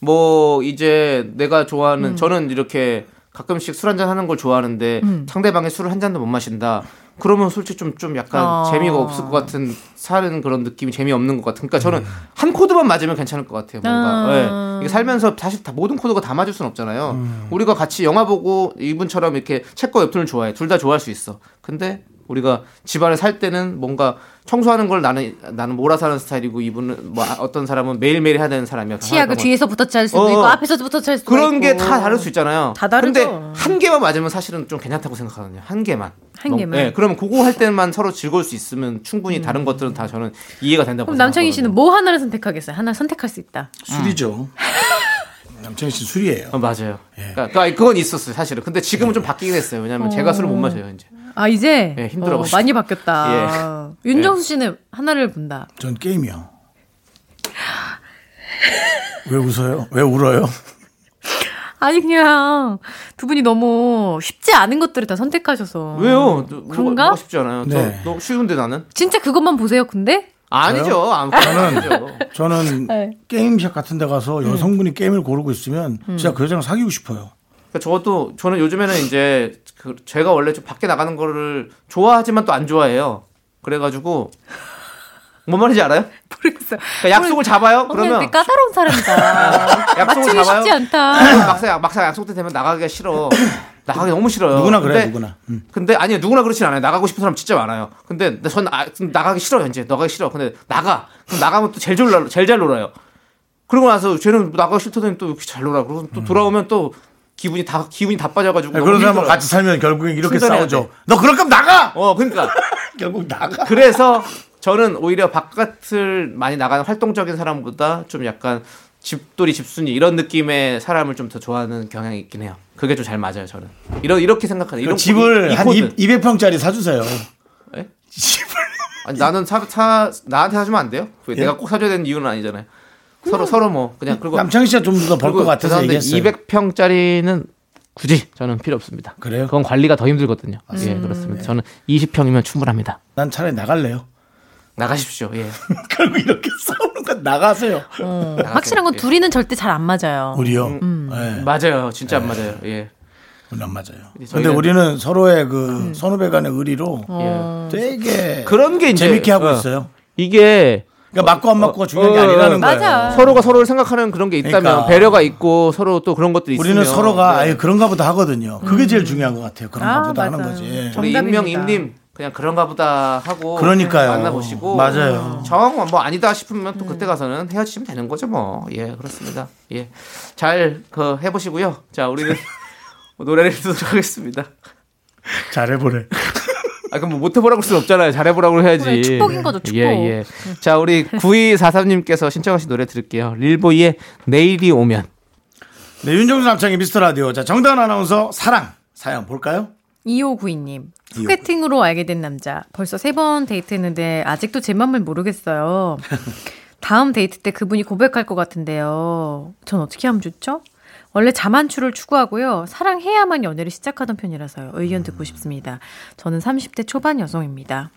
Speaker 2: 뭐 이제 내가 좋아하는
Speaker 7: 음.
Speaker 2: 저는 이렇게 가끔씩 술 한잔 하는 걸 좋아하는데
Speaker 7: 음.
Speaker 2: 상대방이 술을 한 잔도 못 마신다. 그러면 솔직히 좀 좀 약간
Speaker 7: 아.
Speaker 2: 재미가 없을 것 같은 사는 그런 느낌이 재미없는 것 같은. 그러니까 저는 한 코드만 맞으면 괜찮을 것 같아요. 뭔가
Speaker 7: 아.
Speaker 2: 예. 이게 살면서 사실 다 모든 코드가 다 맞을 순 없잖아요. 우리가 같이 영화 보고 이분처럼 이렇게 책과 웹툰을 좋아해. 둘 다 좋아할 수 있어. 근데 우리가 집안을 살 때는 뭔가 청소하는 걸 나는 나는 몰아서 하는 스타일이고 이분은 뭐 어떤 사람은 매일매일 해야 되는 사람이야. 그러니까
Speaker 7: 치약을
Speaker 2: 하다가
Speaker 7: 뒤에서부터 짤 수도
Speaker 2: 어,
Speaker 7: 있고
Speaker 2: 어.
Speaker 7: 앞에서부터 짤 수도
Speaker 2: 그런
Speaker 7: 있고
Speaker 2: 게 다 다를 수 있잖아요.
Speaker 7: 다 다르죠.
Speaker 2: 근데 한 개만 맞으면 사실은 좀 괜찮다고 생각하거든요. 한 개만.
Speaker 7: 한 개만? 음.
Speaker 2: 네, 그러면 그거 할 때만 서로 즐거울 수 있으면 충분히 다른 것들은 다 저는 이해가 된다고
Speaker 7: 그럼 남창희
Speaker 2: 생각하거든요.
Speaker 7: 씨는 뭐 하나를 선택하겠어요? 하나 를 선택할 수 있다.
Speaker 2: 음.
Speaker 1: 술이죠. 남창희 씨 술이에요.
Speaker 7: 뭐?
Speaker 2: 어, 맞아요. 그러니까, 그러니까 그건 있었어요, 사실은. 근데 지금은 좀 바뀌긴 했어요. 왜냐면 제가 술을 못 마셔요, 이제.
Speaker 7: 아 이제
Speaker 2: 예, 힘들어가지고. 예.
Speaker 7: 많이 바뀌었다. 윤정수 씨는 하나를 본다.
Speaker 1: 전 게임이요. 왜 웃어요? 왜 울어요?
Speaker 7: 아니 그냥 두 분이 너무 쉽지 않은 것들을 다 선택하셔서
Speaker 2: 왜요? 누- 누가-
Speaker 7: 그런가?
Speaker 2: 누가 쉽지 않아요.
Speaker 1: 네.
Speaker 2: 저, 너무 쉬운데 나는?
Speaker 7: 진짜 그것만 보세요. 근데
Speaker 2: 아니죠. 그러니까 안 저는
Speaker 1: 저는
Speaker 7: 네. 음.
Speaker 1: 게임샵 같은 데 가서 여성분이 게임을 고르고 있으면 진짜 그 여자랑 사귀고 싶어요.
Speaker 2: 그러니까 저것도 저는 요즘에는 이제 그 제가 원래 좀 밖에 나가는 거를 좋아하지만 또 안 좋아해요. 그래가지고 뭔 말인지 알아요?
Speaker 7: 모르겠어요.
Speaker 2: 그러니까 약속을 잡아요.
Speaker 7: 오늘 되게
Speaker 2: 그러면
Speaker 7: 까다로운 사람이다.
Speaker 2: 약속을
Speaker 7: 맞추기
Speaker 2: 잡아요.
Speaker 7: 쉽지 않다.
Speaker 2: 막상 막상 약속 때 되면 나가기가 싫어. 나가기 너무 싫어요.
Speaker 1: 누구나 그래요,
Speaker 2: 근데-
Speaker 1: 누구나. 음.
Speaker 2: 근데 아니요 누구나 그렇진 않아요. 나가고 싶은 사람 진짜 많아요. 근데 나- 전 아, 좀 나가기 싫어요 이제 나가기 싫어. 근데 나가 그럼 나가면 또 제일 잘 놀아- 제일 잘 놀아요. 그러고 나서 쟤는 뭐 나가기 싫다더니 또 이렇게 잘 놀아. 그리고 또 돌아오면 또 기분이 다 기분이 나빠져가지고 네, 너무
Speaker 1: 그런 사람하고
Speaker 2: 힘들어요.
Speaker 1: 같이 살면 결국엔 이렇게
Speaker 2: 충전해야
Speaker 1: 싸우죠.
Speaker 2: 돼.
Speaker 1: 너 그럴 거면 나가!
Speaker 2: 어 그러니까
Speaker 1: 결국 나가.
Speaker 2: 그래서 저는 오히려 바깥을 많이 나가는 활동적인 사람보다 좀 약간 집돌이 집순이 이런 느낌의 사람을 좀 더 좋아하는 경향이 있긴 해요. 그게 좀 잘 맞아요 저는. 이런 이렇게 생각하는 이런
Speaker 1: 그러니까
Speaker 2: 이-
Speaker 1: 집을
Speaker 2: 이
Speaker 1: 한
Speaker 2: 코드.
Speaker 1: 200평짜리 사주세요.
Speaker 2: 예?
Speaker 1: 집을.
Speaker 2: 아니 나는 사, 사 나한테 사주면 안 돼요? 그게 내가 꼭 사줘야 되는 이유는 아니잖아요. 서로 서로 뭐 그냥 그리고
Speaker 1: 예? 남창희 씨가 좀 더 벌
Speaker 2: 그리고
Speaker 1: 것 같아서
Speaker 2: 죄송한데
Speaker 1: 얘기했어요.
Speaker 2: 200평짜리는 굳이 저는 필요 없습니다.
Speaker 1: 그래요? 음. 네.
Speaker 2: 그건 관리가 더 힘들거든요. 예 그렇습니다. 저는 20평이면 충분합니다.
Speaker 1: 난 차라리 나갈래요.
Speaker 2: 나가십시오. 예.
Speaker 1: 결국 이렇게 싸우는 건 나가세요.
Speaker 2: 나가세요.
Speaker 7: 확실한 건
Speaker 2: 예.
Speaker 1: 어.
Speaker 7: 둘이는 절대 잘 안 맞아요.
Speaker 2: 음.
Speaker 1: 우리요. 네.
Speaker 2: 맞아요. 진짜 안 맞아요. 예.
Speaker 1: 물론 맞아요.
Speaker 2: 근데
Speaker 1: 근데
Speaker 2: 저희는-
Speaker 1: 우리는 서로의 그 선후배 간의 의리로
Speaker 2: 예.
Speaker 1: 되게
Speaker 2: 그런 게 이제
Speaker 1: 재밌게 하고
Speaker 2: 어,
Speaker 1: 있어요.
Speaker 2: 이게
Speaker 1: 그러니까 맞고 안 맞고가 중요한 게
Speaker 2: 어,
Speaker 1: 아니라는
Speaker 2: 맞아.
Speaker 1: 거예요.
Speaker 2: 서로가 서로를 생각하는 그런 게 있다면
Speaker 1: 그러니까.
Speaker 2: 배려가 있고 서로 또 그런 것들이 있으면
Speaker 1: 우리는 서로가
Speaker 2: 네. 음.
Speaker 1: 아예 그런가 보다 하거든요. 그게 제일 중요한 것 같아요. 그런가
Speaker 7: 아,
Speaker 1: 보다 하는
Speaker 7: 맞아요.
Speaker 1: 거지.
Speaker 7: 정-
Speaker 2: 우리
Speaker 7: 정답입니다.
Speaker 2: 익명 임님 그냥 그런가 보다 하고
Speaker 1: 그러니까요.
Speaker 2: 만나보시고
Speaker 1: 맞아요.
Speaker 2: 정황은 뭐 아니다 싶으면 또 그때 가서는 헤어지시면 되는 거죠 뭐. 예, 그렇습니다. 예. 잘 그 해보시고요. 자, 우리는 노래를 듣도록 하겠습니다.
Speaker 1: 잘해보래.
Speaker 2: 아, 그럼 뭐못 해보라고 할 수는 없잖아요. 잘해보라고 해야지.
Speaker 7: 그래, 축복인 거죠, 축복.
Speaker 2: 예, 예. 자, 우리 9243님께서 신청하신 노래 들을게요. 릴보이의 내일이 오면.
Speaker 1: 네, 윤정수 남창의 미스터 라디오. 자, 정다은 아나운서 사랑 사연 볼까요?
Speaker 7: 2592님. 소개팅으로 알게 된 남자. 벌써 세 번 데이트했는데 아직도 제 맘을 모르겠어요. 다음 데이트 때 그분이 고백할 것 같은데요. 전 어떻게 하면 좋죠? 원래 자만추를 추구하고요. 사랑해야만 연애를 시작하던 편이라서요. 의견 듣고 싶습니다. 저는 30대 초반 여성입니다.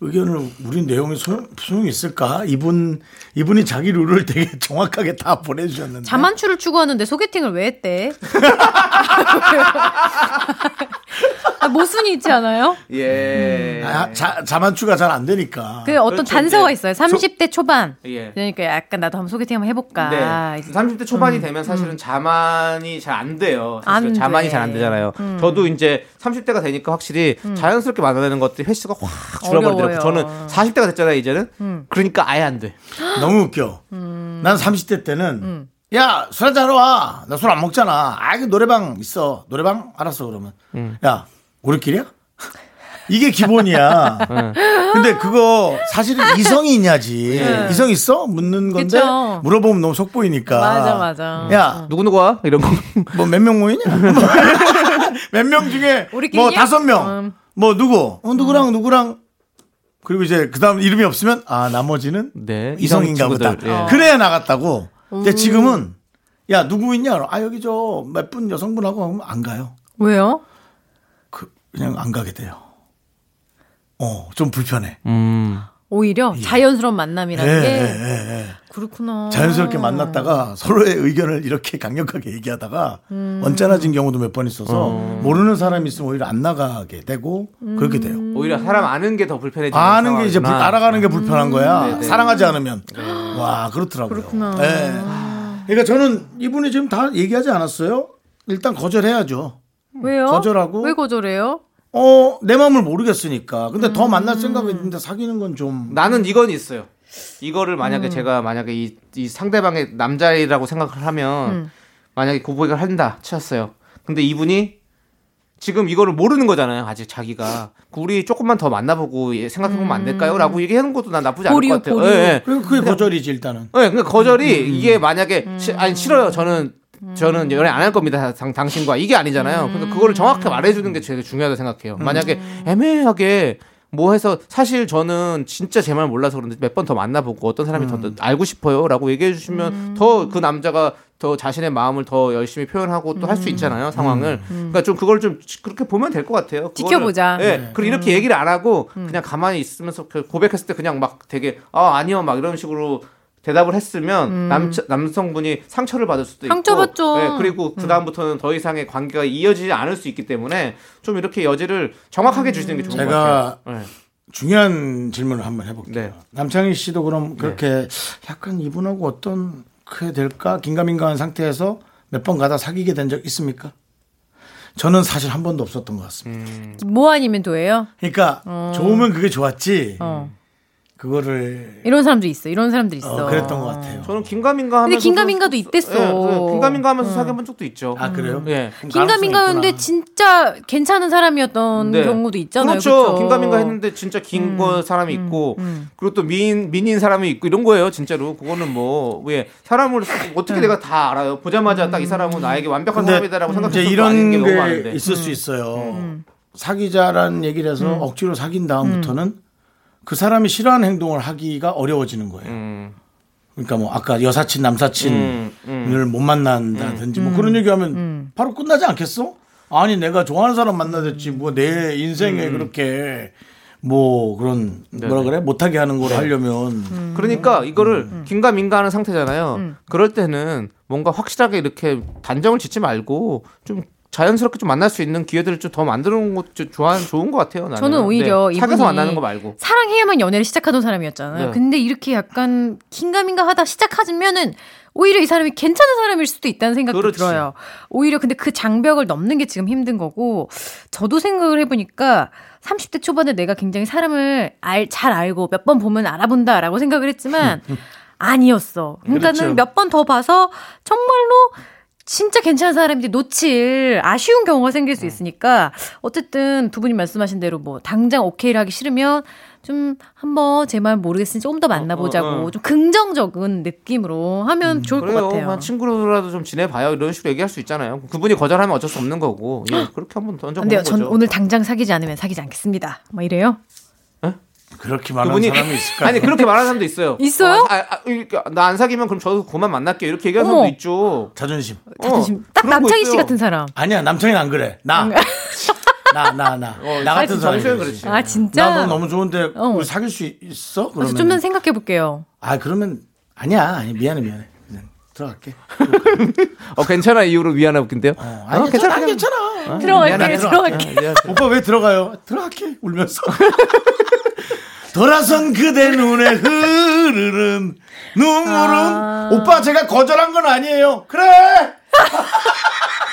Speaker 1: 의견을 우리 내용이 소용, 소용이 있을까? 이분 이분이 자기 룰을 되게 정확하게 다 보내주셨는데.
Speaker 7: 자만추를 추구하는데 소개팅을 왜 했대? 아, 모순이 있지 않아요?
Speaker 2: 예.
Speaker 1: 아, 자, 자만추가 잘 안 되니까.
Speaker 7: 그 어떤
Speaker 2: 그렇죠,
Speaker 7: 단서가
Speaker 2: 이제.
Speaker 7: 있어요. 30대 초반.
Speaker 2: 예.
Speaker 7: 그러니까 약간 나도 한번 소개팅 한번 해볼까.
Speaker 2: 네. 30대 초반이 되면 사실은 자만이 잘 안 돼요. 사실은
Speaker 7: 안
Speaker 2: 자만이
Speaker 7: 돼.
Speaker 2: 잘 안 되잖아요. 저도 이제 30대가 되니까 확실히 자연스럽게 만나는 것들이 횟수가 확 줄어버리더라고요. 저는
Speaker 7: 어려워요.
Speaker 2: 40대가 됐잖아요, 이제는. 그러니까 아예 안 돼.
Speaker 1: 너무 웃겨.
Speaker 7: 음.
Speaker 1: 난 30대 때는 야, 술 한잔 하러 와. 나 술 안 먹잖아. 아, 그 노래방 있어. 노래방? 알았어, 그러면. 야, 우리끼리야? 이게 기본이야. 근데 그거 사실은 이성이 있냐지. 이성 있어? 묻는 건데
Speaker 7: 네. 그쵸.
Speaker 1: 물어보면 너무 속보이니까.
Speaker 7: 맞아, 맞아. 음.
Speaker 1: 야,
Speaker 2: 누구누구야? 이런 거.
Speaker 1: 뭐 몇 명 모이냐? 몇 명 중에
Speaker 7: 우리끼리요?
Speaker 1: 뭐 다섯 명.
Speaker 7: 음.
Speaker 1: 뭐 누구? 어, 누구랑 누구랑 그리고 이제 그다음 이름이 없으면 아 나머지는
Speaker 2: 네.
Speaker 1: 이성인가
Speaker 2: 이성
Speaker 1: 보다.
Speaker 2: 친구들, 예.
Speaker 1: 그래야 나갔다고.
Speaker 7: 음.
Speaker 1: 근데 지금은 야 누구 있냐? 그럼, 아 여기 저 몇 분 여성분하고 하면 안 가요.
Speaker 7: 왜요?
Speaker 1: 그, 그냥 안 가게 돼요. 어 좀 불편해.
Speaker 2: 음.
Speaker 7: 오히려 자연스러운 만남이라는
Speaker 1: 예,
Speaker 7: 게
Speaker 1: 예, 예, 예.
Speaker 7: 그렇구나.
Speaker 1: 자연스럽게
Speaker 7: 아.
Speaker 1: 만났다가 서로의 의견을 이렇게 강력하게 얘기하다가
Speaker 7: 음.
Speaker 1: 언짢아진 경우도 몇 번 있어서 모르는 사람이 있으면 오히려 안 나가게 되고
Speaker 7: 음.
Speaker 1: 그렇게 돼요.
Speaker 2: 오히려 사람 아는 게 더 불편해지는
Speaker 1: 아는 게 이제 불-
Speaker 2: 상황이구나.
Speaker 1: 알아가는 게 불편한 거야.
Speaker 2: 네, 네.
Speaker 1: 사랑하지 않으면 와 그렇더라고요.
Speaker 7: 그렇구나.
Speaker 1: 예. 그러니까 저는 이분이 지금 다 얘기하지 않았어요. 일단 거절해야죠.
Speaker 7: 왜요?
Speaker 1: 거절하고?
Speaker 7: 왜 거절해요?
Speaker 1: 어, 내 마음을 모르겠으니까. 근데 더 만날 생각이 있는데 사귀는 건 좀
Speaker 2: 나는 이건 있어요. 이거를 만약에 제가 만약에 이, 이 상대방의 남자이라고 생각을 하면 만약에 고백을 한다 쳤어요. 근데 이분이 지금 이거를 모르는 거잖아요. 아직 자기가 그 우리 조금만 더 만나보고 예, 생각해보면 안 될까요?라고 얘기하는 것도 난 나쁘지
Speaker 7: 보류,
Speaker 2: 않을 것 같아요.
Speaker 7: 보류.
Speaker 2: 예, 예.
Speaker 1: 그리고 그게 거절이지 일단은. 음,
Speaker 2: 네, 근데 거절이 이게 만약에
Speaker 7: 음.
Speaker 2: 시- 아니 싫어요. 저는 저는 연애 안 할 겁니다. 당, 당신과 이게 아니잖아요.
Speaker 7: 음.
Speaker 2: 그러니까 그거를 정확히 말해주는 게 제일 중요하다고 생각해요.
Speaker 1: 음.
Speaker 2: 만약에 애매하게 뭐 해서 사실 저는 진짜 제 말 몰라서 그런데 몇 번 더 만나보고 어떤 사람이
Speaker 1: 음.
Speaker 2: 더, 더 알고 싶어요라고 얘기해 주시면
Speaker 7: 음.
Speaker 2: 더 그 남자가 더 자신의 마음을 더 열심히 표현하고 또 할
Speaker 7: 음.
Speaker 2: 수 있잖아요 상황을
Speaker 1: 음.
Speaker 2: 그러니까 좀 그걸 좀 지- 그렇게 보면 될 것 같아요 그거를-
Speaker 7: 지켜보자.
Speaker 2: 예 그리고
Speaker 7: 음.
Speaker 2: 이렇게 얘기를 안 하고 그냥 가만히 있으면서 그 고백했을 때 그냥 막 되게 아 아니요 막 이런 식으로 대답을 했으면 남 남성분이 상처를 받을 수도 있고
Speaker 7: 음. 상처받죠.
Speaker 2: 예, 그리고 그 다음부터는 더 이상의 관계가 이어지지 않을 수 있기 때문에 좀 이렇게 여지를
Speaker 7: 음.
Speaker 2: 정확하게 주시는 게 좋은 것
Speaker 1: 제가
Speaker 2: 같아요. 예.
Speaker 1: 중요한 질문을 한번 해볼게요.
Speaker 2: 네.
Speaker 1: 남창희 씨도 그럼 그렇게 약간 이분하고 어떤 그게 될까 긴가민가한 상태에서 몇 번 가다 사귀게 된 적 있습니까? 저는 사실 한 번도 없었던 것 같습니다.
Speaker 2: 음.
Speaker 7: 뭐 아니면 도예요?
Speaker 1: 그러니까 좋으면 그게 좋았지.
Speaker 7: 어.
Speaker 1: 그거를
Speaker 7: 이런 사람도 있어. 이런 사람들
Speaker 1: 어,
Speaker 7: 있어.
Speaker 1: 그랬던 것 같아요.
Speaker 2: 저는 긴가민가
Speaker 7: 근데
Speaker 2: 하면서
Speaker 7: 긴가민가도 있댔어.
Speaker 2: 네,
Speaker 7: 음.
Speaker 2: 긴가민가 하면서 사귀어본 적도 있죠.
Speaker 1: 아 그래요?
Speaker 2: 예.
Speaker 1: 그럼
Speaker 7: 긴가민가였는데
Speaker 1: 가능성이 있구나.
Speaker 7: 진짜 괜찮은 사람이었던
Speaker 2: 네.
Speaker 7: 경우도 있잖아요.
Speaker 2: 그렇죠.
Speaker 7: 그쵸? 음,
Speaker 2: 긴가민가 했는데 진짜 긴 거 사람이 있고 그리고 또 미인 미인 사람이 있고 이런 거예요. 진짜로 그거는 뭐왜 사람을 어떻게
Speaker 7: 음.
Speaker 2: 내가 다 알아요. 보자마자 딱 이 사람은 나에게 완벽한
Speaker 1: 근데 음.
Speaker 2: 사람이다라고
Speaker 1: 이제
Speaker 2: 생각해서
Speaker 1: 이런
Speaker 2: 아닌
Speaker 1: 게
Speaker 2: 게 너무 많은데. 음.
Speaker 1: 있을 수 있어요. 사귀자라는 얘기를 해서 억지로 사귄 다음부터는 그 사람이 싫어하는 행동을 하기가 어려워지는 거예요.
Speaker 2: 음.
Speaker 1: 그러니까 뭐 아까 여사친 남사친을
Speaker 2: 음, 음.
Speaker 1: 못 만난다든지 뭐 그런 얘기하면 바로 끝나지 않겠어? 아니 내가 좋아하는 사람 만나댔지 뭐 내 인생에
Speaker 2: 음.
Speaker 1: 그렇게 뭐 그런 뭐라 그래 못하게 하는
Speaker 2: 네.
Speaker 1: 걸 하려면
Speaker 7: 음.
Speaker 2: 그러니까 이거를 긴가민가하는 상태잖아요. 그럴 때는 뭔가 확실하게 이렇게 단정을 짓지 말고 좀 자연스럽게 좀 만날 수 있는 기회들을 좀 더 만들어 놓은 것도 좋아 좋은 것 같아요. 나는.
Speaker 7: 저는 오히려
Speaker 2: 네,
Speaker 7: 이분이
Speaker 2: 사귀어서 만나는 거 말고.
Speaker 7: 사랑해야만 연애를 시작하던 사람이었잖아요.
Speaker 2: 네.
Speaker 7: 근데 이렇게 약간 긴가민가 하다 시작하면은 오히려 이 사람이 괜찮은 사람일 수도 있다는 생각도
Speaker 2: 그렇지.
Speaker 7: 들어요. 오히려 근데 그 장벽을 넘는 게 지금 힘든 거고 저도 생각을 해보니까 30대 초반에 내가 굉장히 사람을 알, 잘 알고 몇 번 보면 알아본다라고 생각을 했지만 아니었어. 그러니까는
Speaker 2: 그렇죠.
Speaker 7: 몇 번 더 봐서 정말로 진짜 괜찮은 사람인데 놓칠 아쉬운 경우가 생길
Speaker 1: 네.
Speaker 7: 수 있으니까 어쨌든 두 분이 말씀하신 대로 뭐 당장 오케이를 하기 싫으면 좀 한번 제 말 모르겠으니 조금 더 만나보자고
Speaker 2: 어, 어, 어.
Speaker 7: 좀 긍정적인 느낌으로 하면
Speaker 1: 음,
Speaker 7: 좋을 것
Speaker 2: 그래요.
Speaker 7: 같아요.
Speaker 2: 한 친구로라도 좀 지내봐요. 이런 식으로 얘기할 수 있잖아요. 그분이 거절하면 어쩔 수 없는 거고. 예, 그렇게 한번 던져보는
Speaker 7: 아. 근데요,
Speaker 2: 거죠.
Speaker 7: 전 오늘 당장 사귀지 않으면 사귀지 않겠습니다. 막 이래요.
Speaker 1: 그렇게 말하는
Speaker 2: 그분이-
Speaker 1: 사람이 있을까요?
Speaker 2: 아니 그렇게 말하는 사람도 있어요.
Speaker 7: 있어요?
Speaker 2: 어, 아, 나 안 사귀면 그럼 저도 그만 만날게요. 이렇게 얘기하는
Speaker 7: 어머.
Speaker 2: 사람도 있죠. 어,
Speaker 1: 자존심.
Speaker 7: 자존심. 딱
Speaker 2: 그런 거
Speaker 7: 남창희 씨
Speaker 2: 있어요.
Speaker 7: 같은 사람.
Speaker 1: 아니야 남편이 안 그래. 나. 나, 나, 나. 나 같은 사람이.
Speaker 2: 아, 정수영
Speaker 1: 어, 그렇지.
Speaker 2: 그렇지.
Speaker 7: 아 진짜.
Speaker 1: 네. 나너 너무 좋은데
Speaker 7: 어.
Speaker 1: 우리 사귈 수 있어?
Speaker 7: 그래서
Speaker 1: 그러면
Speaker 7: 좀만 생각해 볼게요.
Speaker 1: 아 그러면 아니야. 아니 미안해 미안해. 그냥 들어갈게.
Speaker 2: 어 괜찮아 이후로 미안해 웃긴데요.
Speaker 1: 어, 아니 괜찮아 아니, 괜찮아. 네,
Speaker 7: 들어갈게요.
Speaker 1: 미안해,
Speaker 7: 들어갈게요.
Speaker 1: 오빠 왜 들어가요? 들어갈게 울면서. 돌아선 그대 눈에 흐르는 눈물은
Speaker 7: 아.
Speaker 1: 오빠 제가 거절한 건 아니에요. 그래.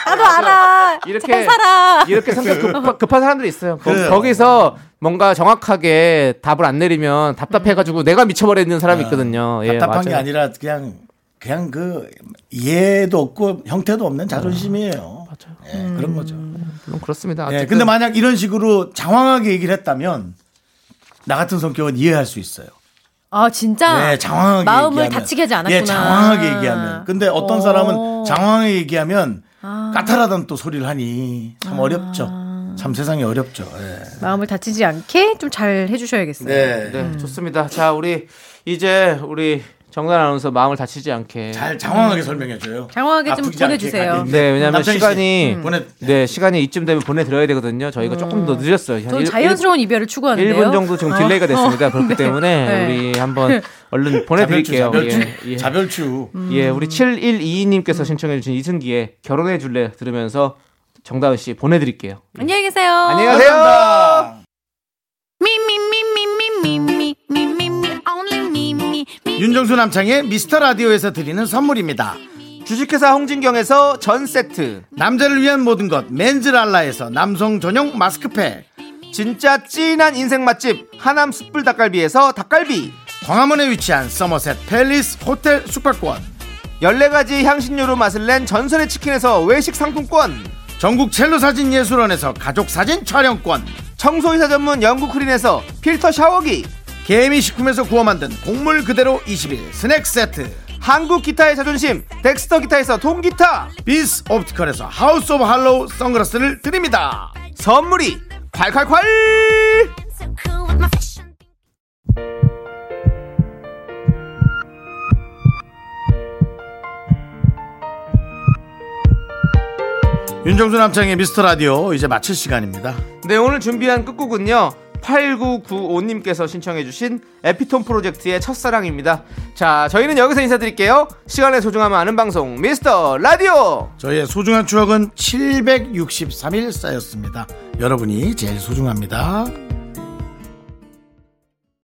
Speaker 7: 나도 알아.
Speaker 2: 이렇게-
Speaker 1: 네.
Speaker 7: 잘 살아.
Speaker 2: 이렇게 성격 급하, 급한 사람들이 있어요. 거,
Speaker 1: 그래요.
Speaker 2: 거기서 뭔가 정확하게 답을 안 내리면 답답해가지고 내가 미쳐버리는 사람이 있거든요. 예,
Speaker 1: 네. 답답한 게
Speaker 2: 맞아요.
Speaker 1: 아니라 그냥 그냥 그 이해도 없고 형태도 없는 자존심이에요. 맞아요. 그런 거죠.
Speaker 2: 물론 그렇습니다.
Speaker 1: 예,
Speaker 2: 음. 어쨌든
Speaker 1: 근데 만약 이런 식으로 장황하게 얘기를 했다면 나 같은 성격은 이해할 수 있어요.
Speaker 7: 아 진짜.
Speaker 1: 예, 장황하게
Speaker 7: 마음을
Speaker 1: 얘기하면.
Speaker 7: 다치게 하지 않았구나.
Speaker 1: 예, 장황하게 얘기하면. 근데 어떤
Speaker 7: 어.
Speaker 1: 사람은 장황하게 얘기하면
Speaker 7: 아.
Speaker 1: 까탈하던 또 소리를 하니 참 어렵죠. 참 세상이 어렵죠. 예.
Speaker 7: 마음을 다치지 않게 좀 잘 해주셔야겠어요.
Speaker 2: 네,
Speaker 7: 음.
Speaker 2: 좋습니다. 자, 우리 이제 우리 정단 아나운서 마음을 다치지 않게.
Speaker 1: 잘 장황하게 설명해 줘요.
Speaker 7: 장황하게 좀 보내주세요.
Speaker 2: 네, 왜냐면 시간이
Speaker 1: 음. 보내
Speaker 2: 네, 시간이 이쯤 되면 보내드려야 되거든요. 저희가 조금 더 늦었어요. 한
Speaker 7: 저는
Speaker 2: 일-
Speaker 7: 음. 자연스러운 이별을 추구하는데요.
Speaker 2: 1분 정도 지금
Speaker 7: 어.
Speaker 2: 딜레이가 됐습니다. 그렇기 때문에
Speaker 7: 네.
Speaker 2: 우리 한번
Speaker 1: 자별추
Speaker 2: 얼른 보내드릴게요.
Speaker 1: 자별추
Speaker 2: 예, 예.
Speaker 1: 자별추.
Speaker 2: 예, 우리 7122님께서 신청해주신 이승기의 결혼해 줄래 들으면서 정다은 씨 보내드릴게요.
Speaker 7: 안녕히 계세요.
Speaker 2: 안녕히 가세요.
Speaker 1: 윤정수 남창의 미스터 라디오에서 드리는 선물입니다.
Speaker 2: 주식회사 홍진경에서 전 세트,
Speaker 1: 남자를 위한 모든 것 맨즈랄라에서 남성 전용 마스크팩.
Speaker 2: 진짜 찐한 인생 맛집 하남 숯불 닭갈비에서 닭갈비,
Speaker 1: 광화문에 위치한 서머셋 팰리스 호텔 숙박권.
Speaker 2: 14가지 향신료로 맛을 낸 전설의 치킨에서 외식 상품권,
Speaker 1: 전국 첼로 사진 예술원에서 가족 사진 촬영권.
Speaker 2: 청소이사 전문 영국 크린에서 필터 샤워기,
Speaker 1: 개미 식품에서 구워 만든 곡물 그대로 20일 스낵 세트.
Speaker 2: 한국 기타의 자존심 덱스터 기타에서 통기타
Speaker 1: 비스 옵티컬에서 하우스 오브 할로우 선글라스를 드립니다.
Speaker 2: 선물이 콸콸콸!
Speaker 1: 윤정수 남창의 미스터 라디오 이제 마칠 시간입니다.
Speaker 2: 네 오늘 준비한 끝곡은요 8995님께서 신청해주신 에피톤 프로젝트의 첫사랑입니다 자 저희는 여기서 인사드릴게요 시간의 소중함을 아는 방송 미스터 라디오
Speaker 1: 저희의 소중한 추억은 763일 쌓였습니다. 여러분이 제일 소중합니다.